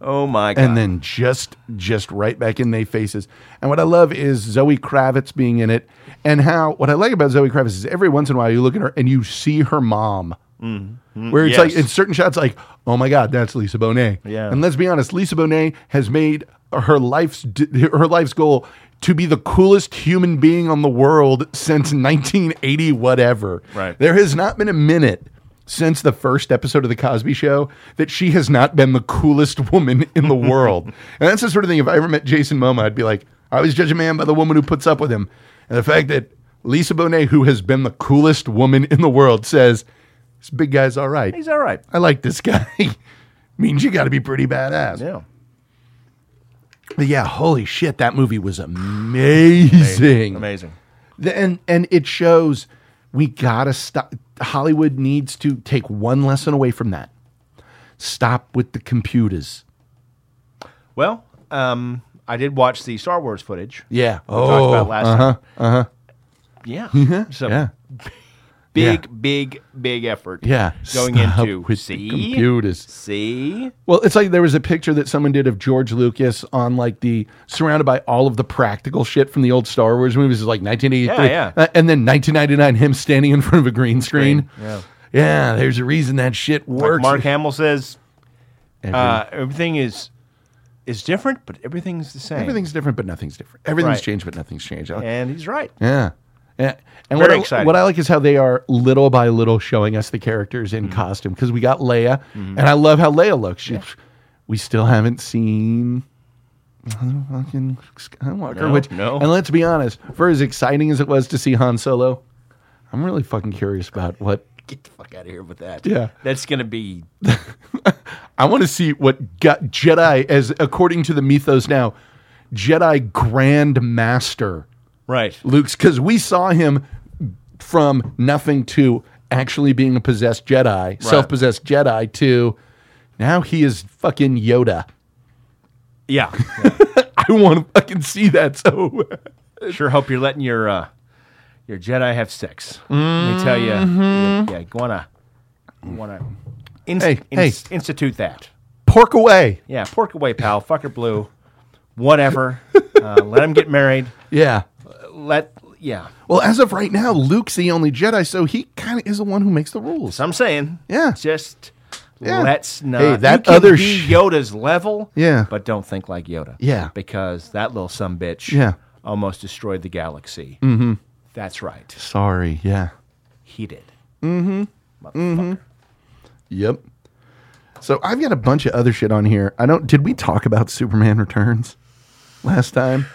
Oh my god! and then just just right back in their faces. And what I love is Zoe Kravitz being in it, and how what I like about Zoe Kravitz is every once in a while you look at her and you see her mom Where it's Mm-hmm. like yes. in certain shots, like, oh my God, that's Lisa Bonet. Yeah. And let's be honest, Lisa Bonet has made her life's d- her life's goal to be the coolest human being on the world since 1980, whatever. Right. There has not been a minute since the first episode of the Cosby Show that she has not been the coolest woman in the world. and that's the sort of thing. If I ever met Jason Momoa, I'd be like, I always judge a man by the woman who puts up with him, and the fact that Lisa Bonet, who has been the coolest woman in the world, says. This big guy's all right. He's all right. I like this guy. Means you got to be pretty badass. Yeah. But yeah, holy shit, that movie was amazing. Amazing. The- And and it shows we gotta stop. Hollywood needs to take one lesson away from that. Stop with the computers. Well, um, I did watch the Star Wars footage. Yeah. We talked about last uh-huh. Mm-hmm. time. Yeah. So Yeah. big, big, big effort. Yeah. Going Stop into with the see computers. See, Well, it's like there was a picture that someone did of George Lucas on like the surrounded by all of the practical shit from the old Star Wars movies, is like 1983, Yeah, yeah. Uh, and then 1999, him standing in front of a green screen. yeah. Yeah, there's a reason that shit like works. Mark Hamill says, Every- uh, everything is is different, but everything's the same. everything's different, but nothing's different. Everything's Right. changed, but nothing's changed. I like- and he's right. Yeah. Yeah. Eh, And Very what, I, exciting. what I like is how they are little by little showing us the characters Mm. in costume because we got Leia, Mm-hmm. and I love how Leia looks. She, We still haven't seen fucking Skywalker. No, which, no. And let's be honest, for as exciting as it was to see Han Solo, I'm really fucking curious about what Get the fuck out of here with that. Yeah. that's gonna be I want to see what got Jedi as according to the mythos now, Jedi Grand Master right. Luke's because we saw him from nothing to actually being a possessed Jedi, self-possessed Jedi to now he is fucking Yoda. Yeah, I want to fucking see that. So sure. Hope you're letting your uh, your Jedi have sex. Let me tell you, yeah, you wanna you wanna inst- Mm-hmm. Hey, inst- institute that. pork away. Yeah, pork away, pal. Fucker blue, whatever. uh, let him get married. Yeah. Let yeah. Well, as of right now, Luke's the only Jedi, so he kind of is the one who makes the rules. So I'm saying, Yeah. just Yeah. let's not. Hey, that you can other be sh- Yoda's level, Yeah. but don't think like Yoda, Yeah. because that little some bitch, Yeah. almost destroyed the galaxy. Mm-hmm. That's right, Sorry. Yeah. he did. Mm-hmm. Yep. So I've got a bunch of other shit on here. I don't. Did we talk about Superman Returns last time?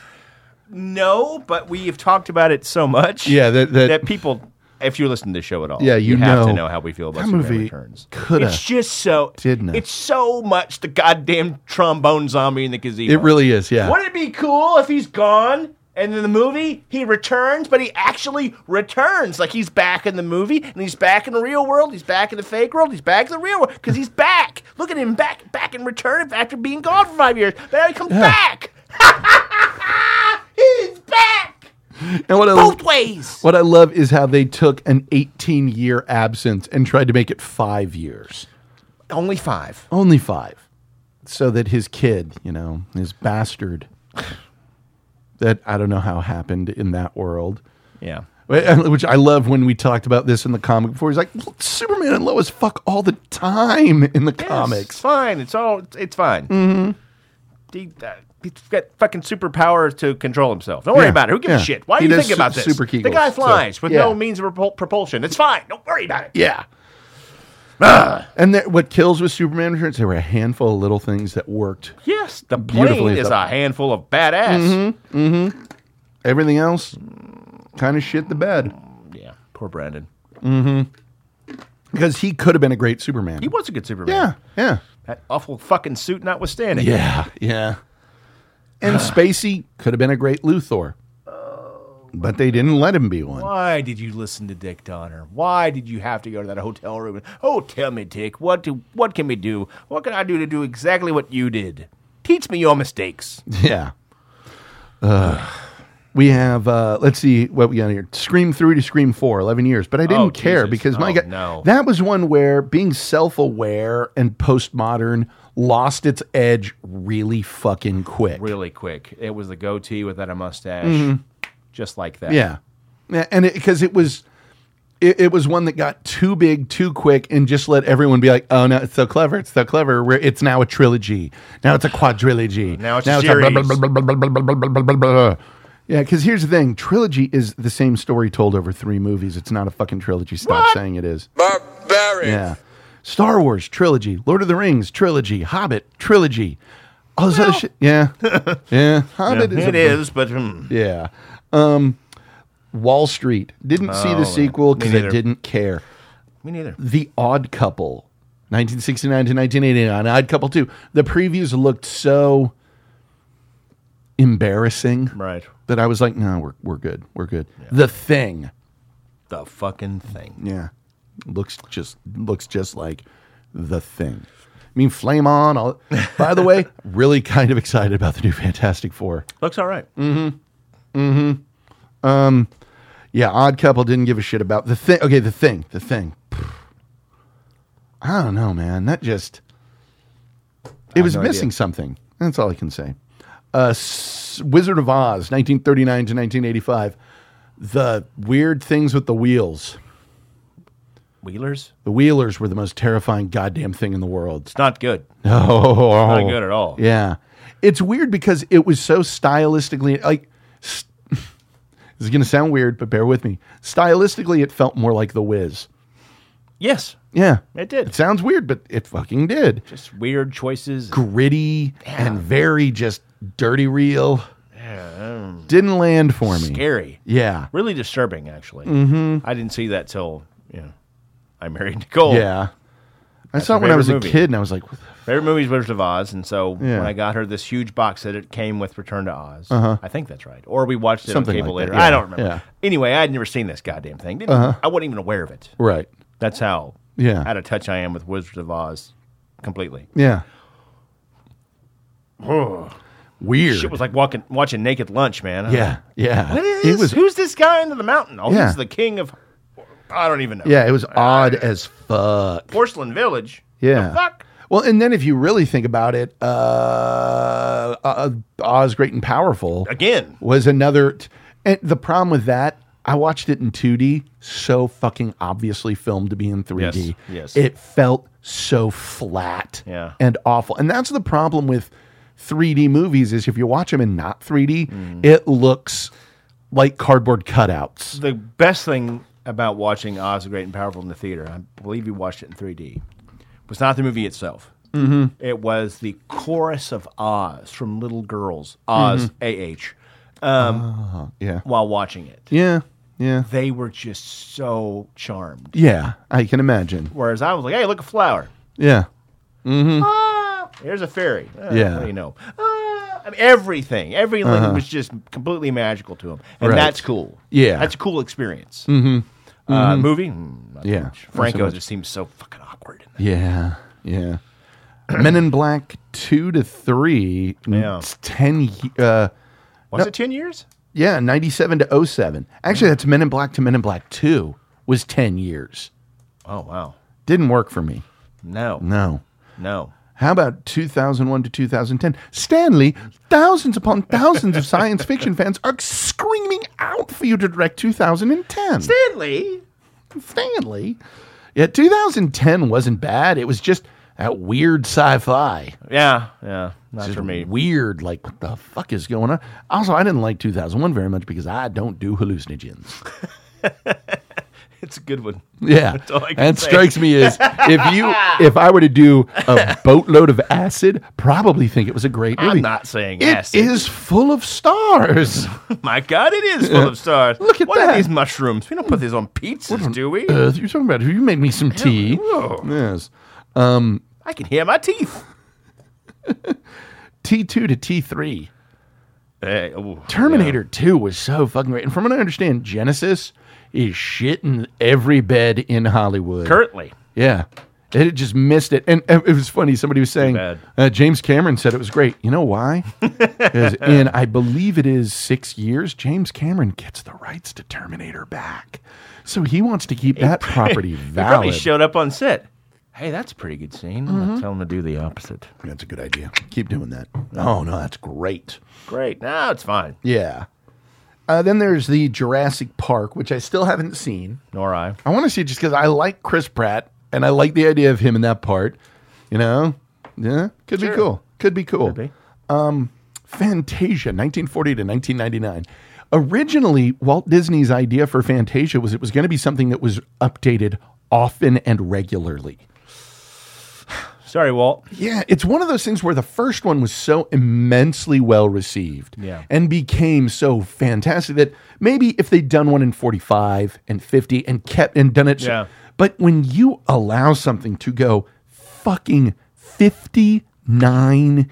No, but we have talked about it so much, Yeah, that- that- people. If you listen to the show at all, Yeah, you have know. to know how we feel about That Superman movie Returns. coulda- It's just so didna. It's so much the goddamn trombone zombie in the gazebo. It really is. Yeah. Wouldn't it be cool if he's gone and in the movie he returns, but he actually returns? Like he's back in the movie and he's back in the real world, he's back in the fake world, he's back in the real world because he's back. Look at him back, back in return after being gone for five years. Now he comes back. he's back And what I both ways. What I love is how they took an 18 year absence and tried to make it five years, Only five. only five, so that his kid, you know, his bastard, that I don't know how happened in that world. Yeah. Wh- Which I love when we talked about this in the comic before. He's like, Superman and Lois fuck all the time in the Um, It's comics. fine. It's all. It's fine. Mm-hmm. He, uh, he's got fucking superpowers to control himself. Don't worry Yeah, about it. Who gives yeah. a shit? Why He do you does think about su- this? super Kegels, the guy so, flies with yeah. no means of propul- propulsion. It's fine. Don't worry about it. Yeah. And that, what kills with Superman Returns, there were a handful of little things that worked. Yes, the plane Beautifully Mm-hmm. is done. a handful of badass. Everything else, kind of shit the bed. Yeah, poor Brandon. Because he could have been a great Superman. He was a good Superman. Yeah, yeah, that awful fucking suit notwithstanding. yeah, yeah. And Spacey could have been a great Luthor, but they didn't let him be one. Why did you listen to Dick Donner? Why did you have to go to that hotel room? Oh, tell me, Dick, what do what can we do? What can I do to do exactly what you did? Teach me your mistakes. Yeah. Uh, we have. Uh, let's see what we got here. Scream three to Scream four, 11 years. But I didn't Oh, care Jesus. because my Oh, God, no. that was one where being self-aware and postmodern lost its edge really fucking quick. really quick. It was the Mm-hmm. goatee without a mustache, just like that. Yeah. Yeah, and because it, was it, it was one that got too big too quick and just let everyone be like, oh no, it's so clever, it's so clever. Where it's now a trilogy, now it's a quadrilogy, Now it's a blah, series. blah, blah, blah, blah, blah, blah, blah, blah, blah, blah. Yeah, because here's the thing: trilogy is the same story told over three movies. It's not a fucking trilogy. Stop saying it is. Barbarian. Yeah. Star Wars trilogy, Lord of the Rings trilogy, Hobbit trilogy, all this other shit. Yeah, yeah. Hobbit is It a- is, but hmm, yeah. Um, Wall Street didn't see the sequel because Oh, me I neither. didn't care. me neither. The Odd Couple, 1969 to 1989. Odd Couple 2. The previews looked so embarrassing Right. that I was like, no, we're, we're good. We're good. The Thing. The fucking thing. Yeah. Looks just looks just like the thing. I mean, flame on. All, by the way, really kind of excited about the new Fantastic Four. Looks all right. Mm. Yeah, Odd Couple didn't give a shit about the thing. Okay, the thing, the thing. Pfft. I don't know, man. That just it was no idea. missing something. That's all I can say. Uh, S- Wizard of Oz, 1939 to 1985. The weird things with the wheels. Wheelers. The wheelers were the most terrifying goddamn thing in the world. It's not good. Oh, Not good at all. Yeah, it's weird because it was so stylistically like. St- this is going to sound weird, but bear with me. Stylistically, it felt more like The Wiz. Yes. Yeah, It did. It sounds weird, but it fucking did. Just weird choices. Gritty and very just dirty real. Didn't land for me. Scary. Yeah, Really disturbing, actually. Mm-hmm. I didn't see that till you know, I married Nicole. yeah. I saw her it when I favorite was a movie. kid, and I was like, what the Favorite movie is Wizard of Oz, and so Yeah. Uh-huh. when I got her this huge box set, it came with Return to Oz. I think that's right. Or we watched it Something on cable like that, later. yeah, I don't remember. yeah. Anyway, I had never seen this goddamn thing. Didn't, I wasn't even aware of it. right? That's how Yeah. out of touch I am with Wizard of Oz completely. Yeah. Weird. Shit was like walking, watching Naked Lunch, man. I'm yeah, yeah. like, What is it was Who's this guy under the mountain? Oh, Yeah. he's the king of. I don't even know. Yeah, it was odd as fuck. Porcelain Village. Yeah. The fuck. Well, and then if you really think about it, uh, uh, Oz Great and Powerful Again. was another. T- and the problem with that, I watched it in 2D, so fucking obviously filmed to be in 3D. Yes, yes. It felt so flat Yeah. and awful. And that's the problem with 3D movies is if you watch them in not 3D, it looks like cardboard cutouts. the best thing about watching Oz the Great and Powerful in the theater, I believe you watched it in 3D, was not the movie itself. Mm-hmm. It was the chorus of Oz from little girls, Oz AH, um, Yeah. while watching it. Yeah. Yeah. They were just so charmed. Yeah, I can imagine. Whereas I was like, hey, look, a flower. Yeah. Ah, here's a fairy. Ah, Yeah. Uh-huh. What do you know? Ah, I mean, everything, every language was just completely magical to him, and Right. that's cool. Yeah. that's a cool experience. Mm-hmm. Uh, Movie, Mm, not so Yeah. much. Not so Franco much. just seems so fucking awkward. In that. Yeah, yeah. Men in Black two to three. Yeah. it's Ten. ye- Uh, Was it ten years? yeah, ninety-seven to 07. Actually, that's Men in Black to Men in Black two was ten years. Oh wow, Didn't work for me. no, no. No. How about 2001 to 2010? Stanley, thousands upon thousands of science fiction fans are screaming out for you to direct 2010. Stanley, Stanley. Yeah, 2010 wasn't bad. It was just that weird sci-fi. yeah, yeah, not Just for me. Weird, like what the fuck is going on? Also, I didn't like 2001 very much because I don't do hallucinogens. It's a good one. Yeah, all I can and say. strikes me as if you, if I were to do a boatload of acid, probably think it was a great movie. I'm not saying It acid. is full of stars. My God, it is full of stars. Look at what that. are these mushrooms? We don't put these on pizzas, do we? Uh, you're talking about you made me some tea. Yes. I can hear my teeth. T2 to T3. Hey, ooh, Terminator 2 was so fucking great. And from what I understand, Genesis is shitting every bed in Hollywood. yeah. Curtly, Yeah. It had just missed it. And uh, it was funny. Somebody was saying, bad. uh, James Cameron said it was great. You know why? 'Cause in, I believe it is six years, James Cameron gets the rights to Terminator back. So he wants to keep that probably property valid. showed up on set. Hey, that's a pretty good scene. I'm gonna tell him to do the opposite. That's a good idea. Keep doing that. Oh, no, that's great. Great. No, it's fine. Yeah. Uh, then there's the Jurassic Park, which I still haven't seen. Nor I. I want to see it just because I like Chris Pratt and I like the idea of him in that part. You know, yeah, could be cool. Could be cool. Um, be. Fantasia, 1940 to 1999. Originally, Walt Disney's idea for Fantasia was it was going to be something that was updated often and regularly. Sorry, Walt. Yeah, it's one of those things where the first one was so immensely well received Yeah. and became so fantastic that maybe if they'd done one in 45 and 50 and kept and done it. so- Yeah. but when you allow something to go fucking 59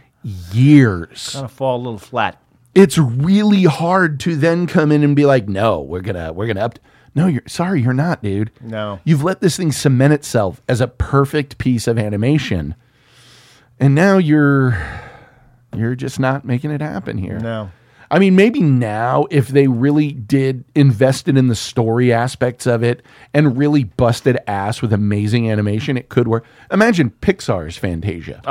years Kind of fall a little flat. it's really hard to then come in and be like, no, we're gonna we're gonna up. No, you're sorry, you're not, dude. No. you've let this thing cement itself as a perfect piece of animation, and now you're you're just not making it happen here. No. I mean, maybe now if they really did invested in the story aspects of it and really busted ass with amazing animation, it could work. Imagine Pixar's Oh, Fantasia.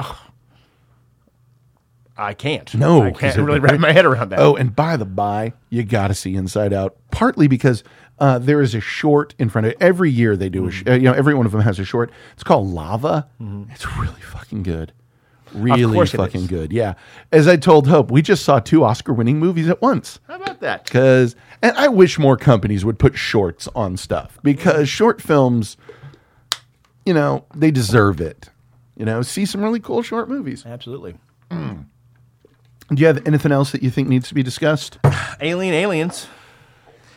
I can't. No, I can't 'cause it- really wrap my head around that. Oh, and by the by, you got to see Inside Out, partly because uh, there is a short in front of every year they do a Mm-hmm. sh- uh, you know every one of them has a short. It's called Lava. It's really fucking good. Really course it fucking is. good. Yeah. As I told Hope, we just saw two Oscar-winning movies at once. How about that? Cuz and I wish more companies would put shorts on stuff because short films you know, they deserve it. You know, see some really cool short movies. Absolutely. Do you have anything else that you think needs to be discussed? Alien aliens.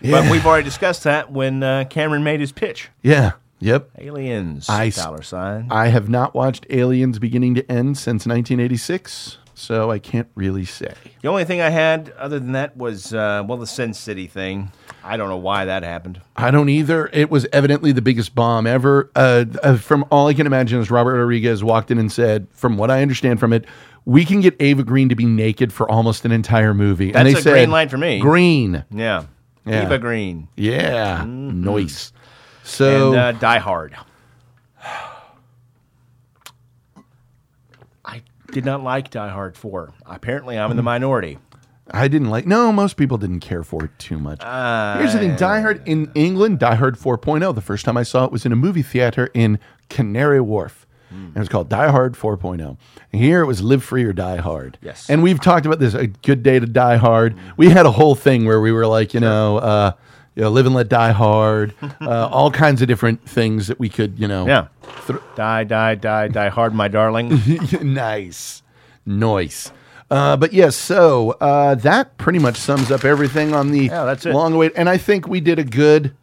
But we've already discussed that when uh, Cameron made his pitch. Yeah. Yep. Aliens. I s- dollar sign. I have not watched Aliens beginning to end since 1986, so I can't really say. the only thing I had other than that was uh, well the Sin City thing. I don't know why that happened. I don't either. It was evidently the biggest bomb ever. Uh, uh, from all I can imagine, is Robert Rodriguez walked in and said, "From what I understand from it, we can get Ava Green to be naked for almost an entire movie." and That's they a said, green light for me. Green, Yeah. Yeah. Eva Green yeah, nice. So Mm-hmm. and uh, Die Hard. I did not like Die Hard 4. Apparently, I'm in the minority. I didn't like. No, most people didn't care for it too much. Here's the thing: Die Hard in England, Die Hard 4.0. The first time I saw it was in a movie theater in Canary Wharf. Hmm. And it was called Die Hard 4.0. And here it was Live Free or Die Hard. Yes. Hmm. And we've talked about this. A good day to Die Hard. We had a whole thing where we were like, you know, uh, you know, Live and Let Die Hard, uh, all kinds of different things that we could, you know, Yeah. Mm-hmm. die, die, die, die hard, my darling. nice. Nice. Uh, but yes, so uh, that pretty much sums up everything on the Yeah, that's it. long awaited. And I think we did a good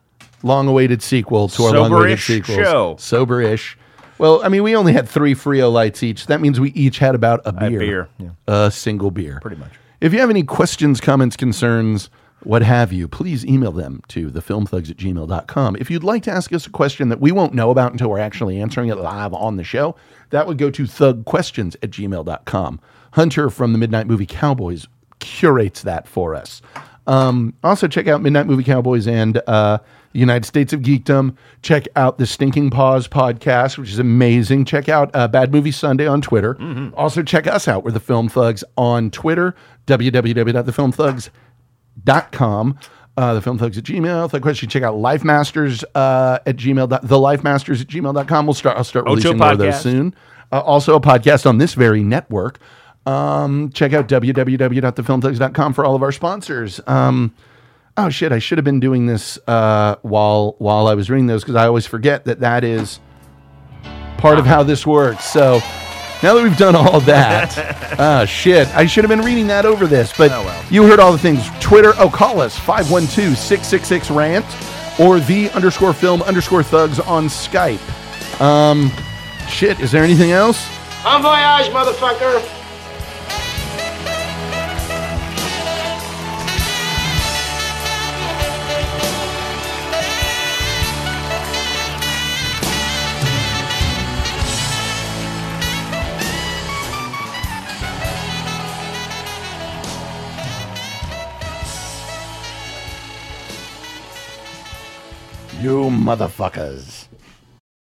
long awaited sequel to our long awaited Sober-ish sequels. show. Sober ish. Well, I mean, we only had three Frio lights each. That means we each had about a beer. beer, yeah. A single beer. Pretty much. If you have any questions, comments, concerns, what have you, please email them to thefilmthugs at gmail.com. If you'd like to ask us a question that we won't know about until we're actually answering it live on the show, that would go to thugquestions at gmail.com. Hunter from the Midnight Movie Cowboys curates that for us. Um, also, check out Midnight Movie Cowboys and uh, United States of Geekdom. Check out the Stinking Paws podcast, which is amazing. Check out uh, Bad Movie Sunday on Twitter. Also, check us out. We're the Film Thugs on Twitter, www.thefilmthugs.com. Uh, the Film Thugs at Gmail. Thug question. Check out Life Masters uh, at Gmail. dot- The Life Masters at gmail.com. We'll start, I'll start Ocho releasing more of those Podcast. soon. Uh, also, a podcast on this very network. Um, check out www.thefilmthugs.com for all of our sponsors. Um, oh shit, I should have been doing this uh, while while I was reading those because I always forget that that is part of how this works. So now that we've done all that, ah shit, I should have been reading that over this. But Oh, well. you heard all the things. Twitter, oh call us 512-666-RANT or the underscore film underscore thugs on Skype. Um, shit, is there anything else? En voyage, motherfucker! You motherfuckers.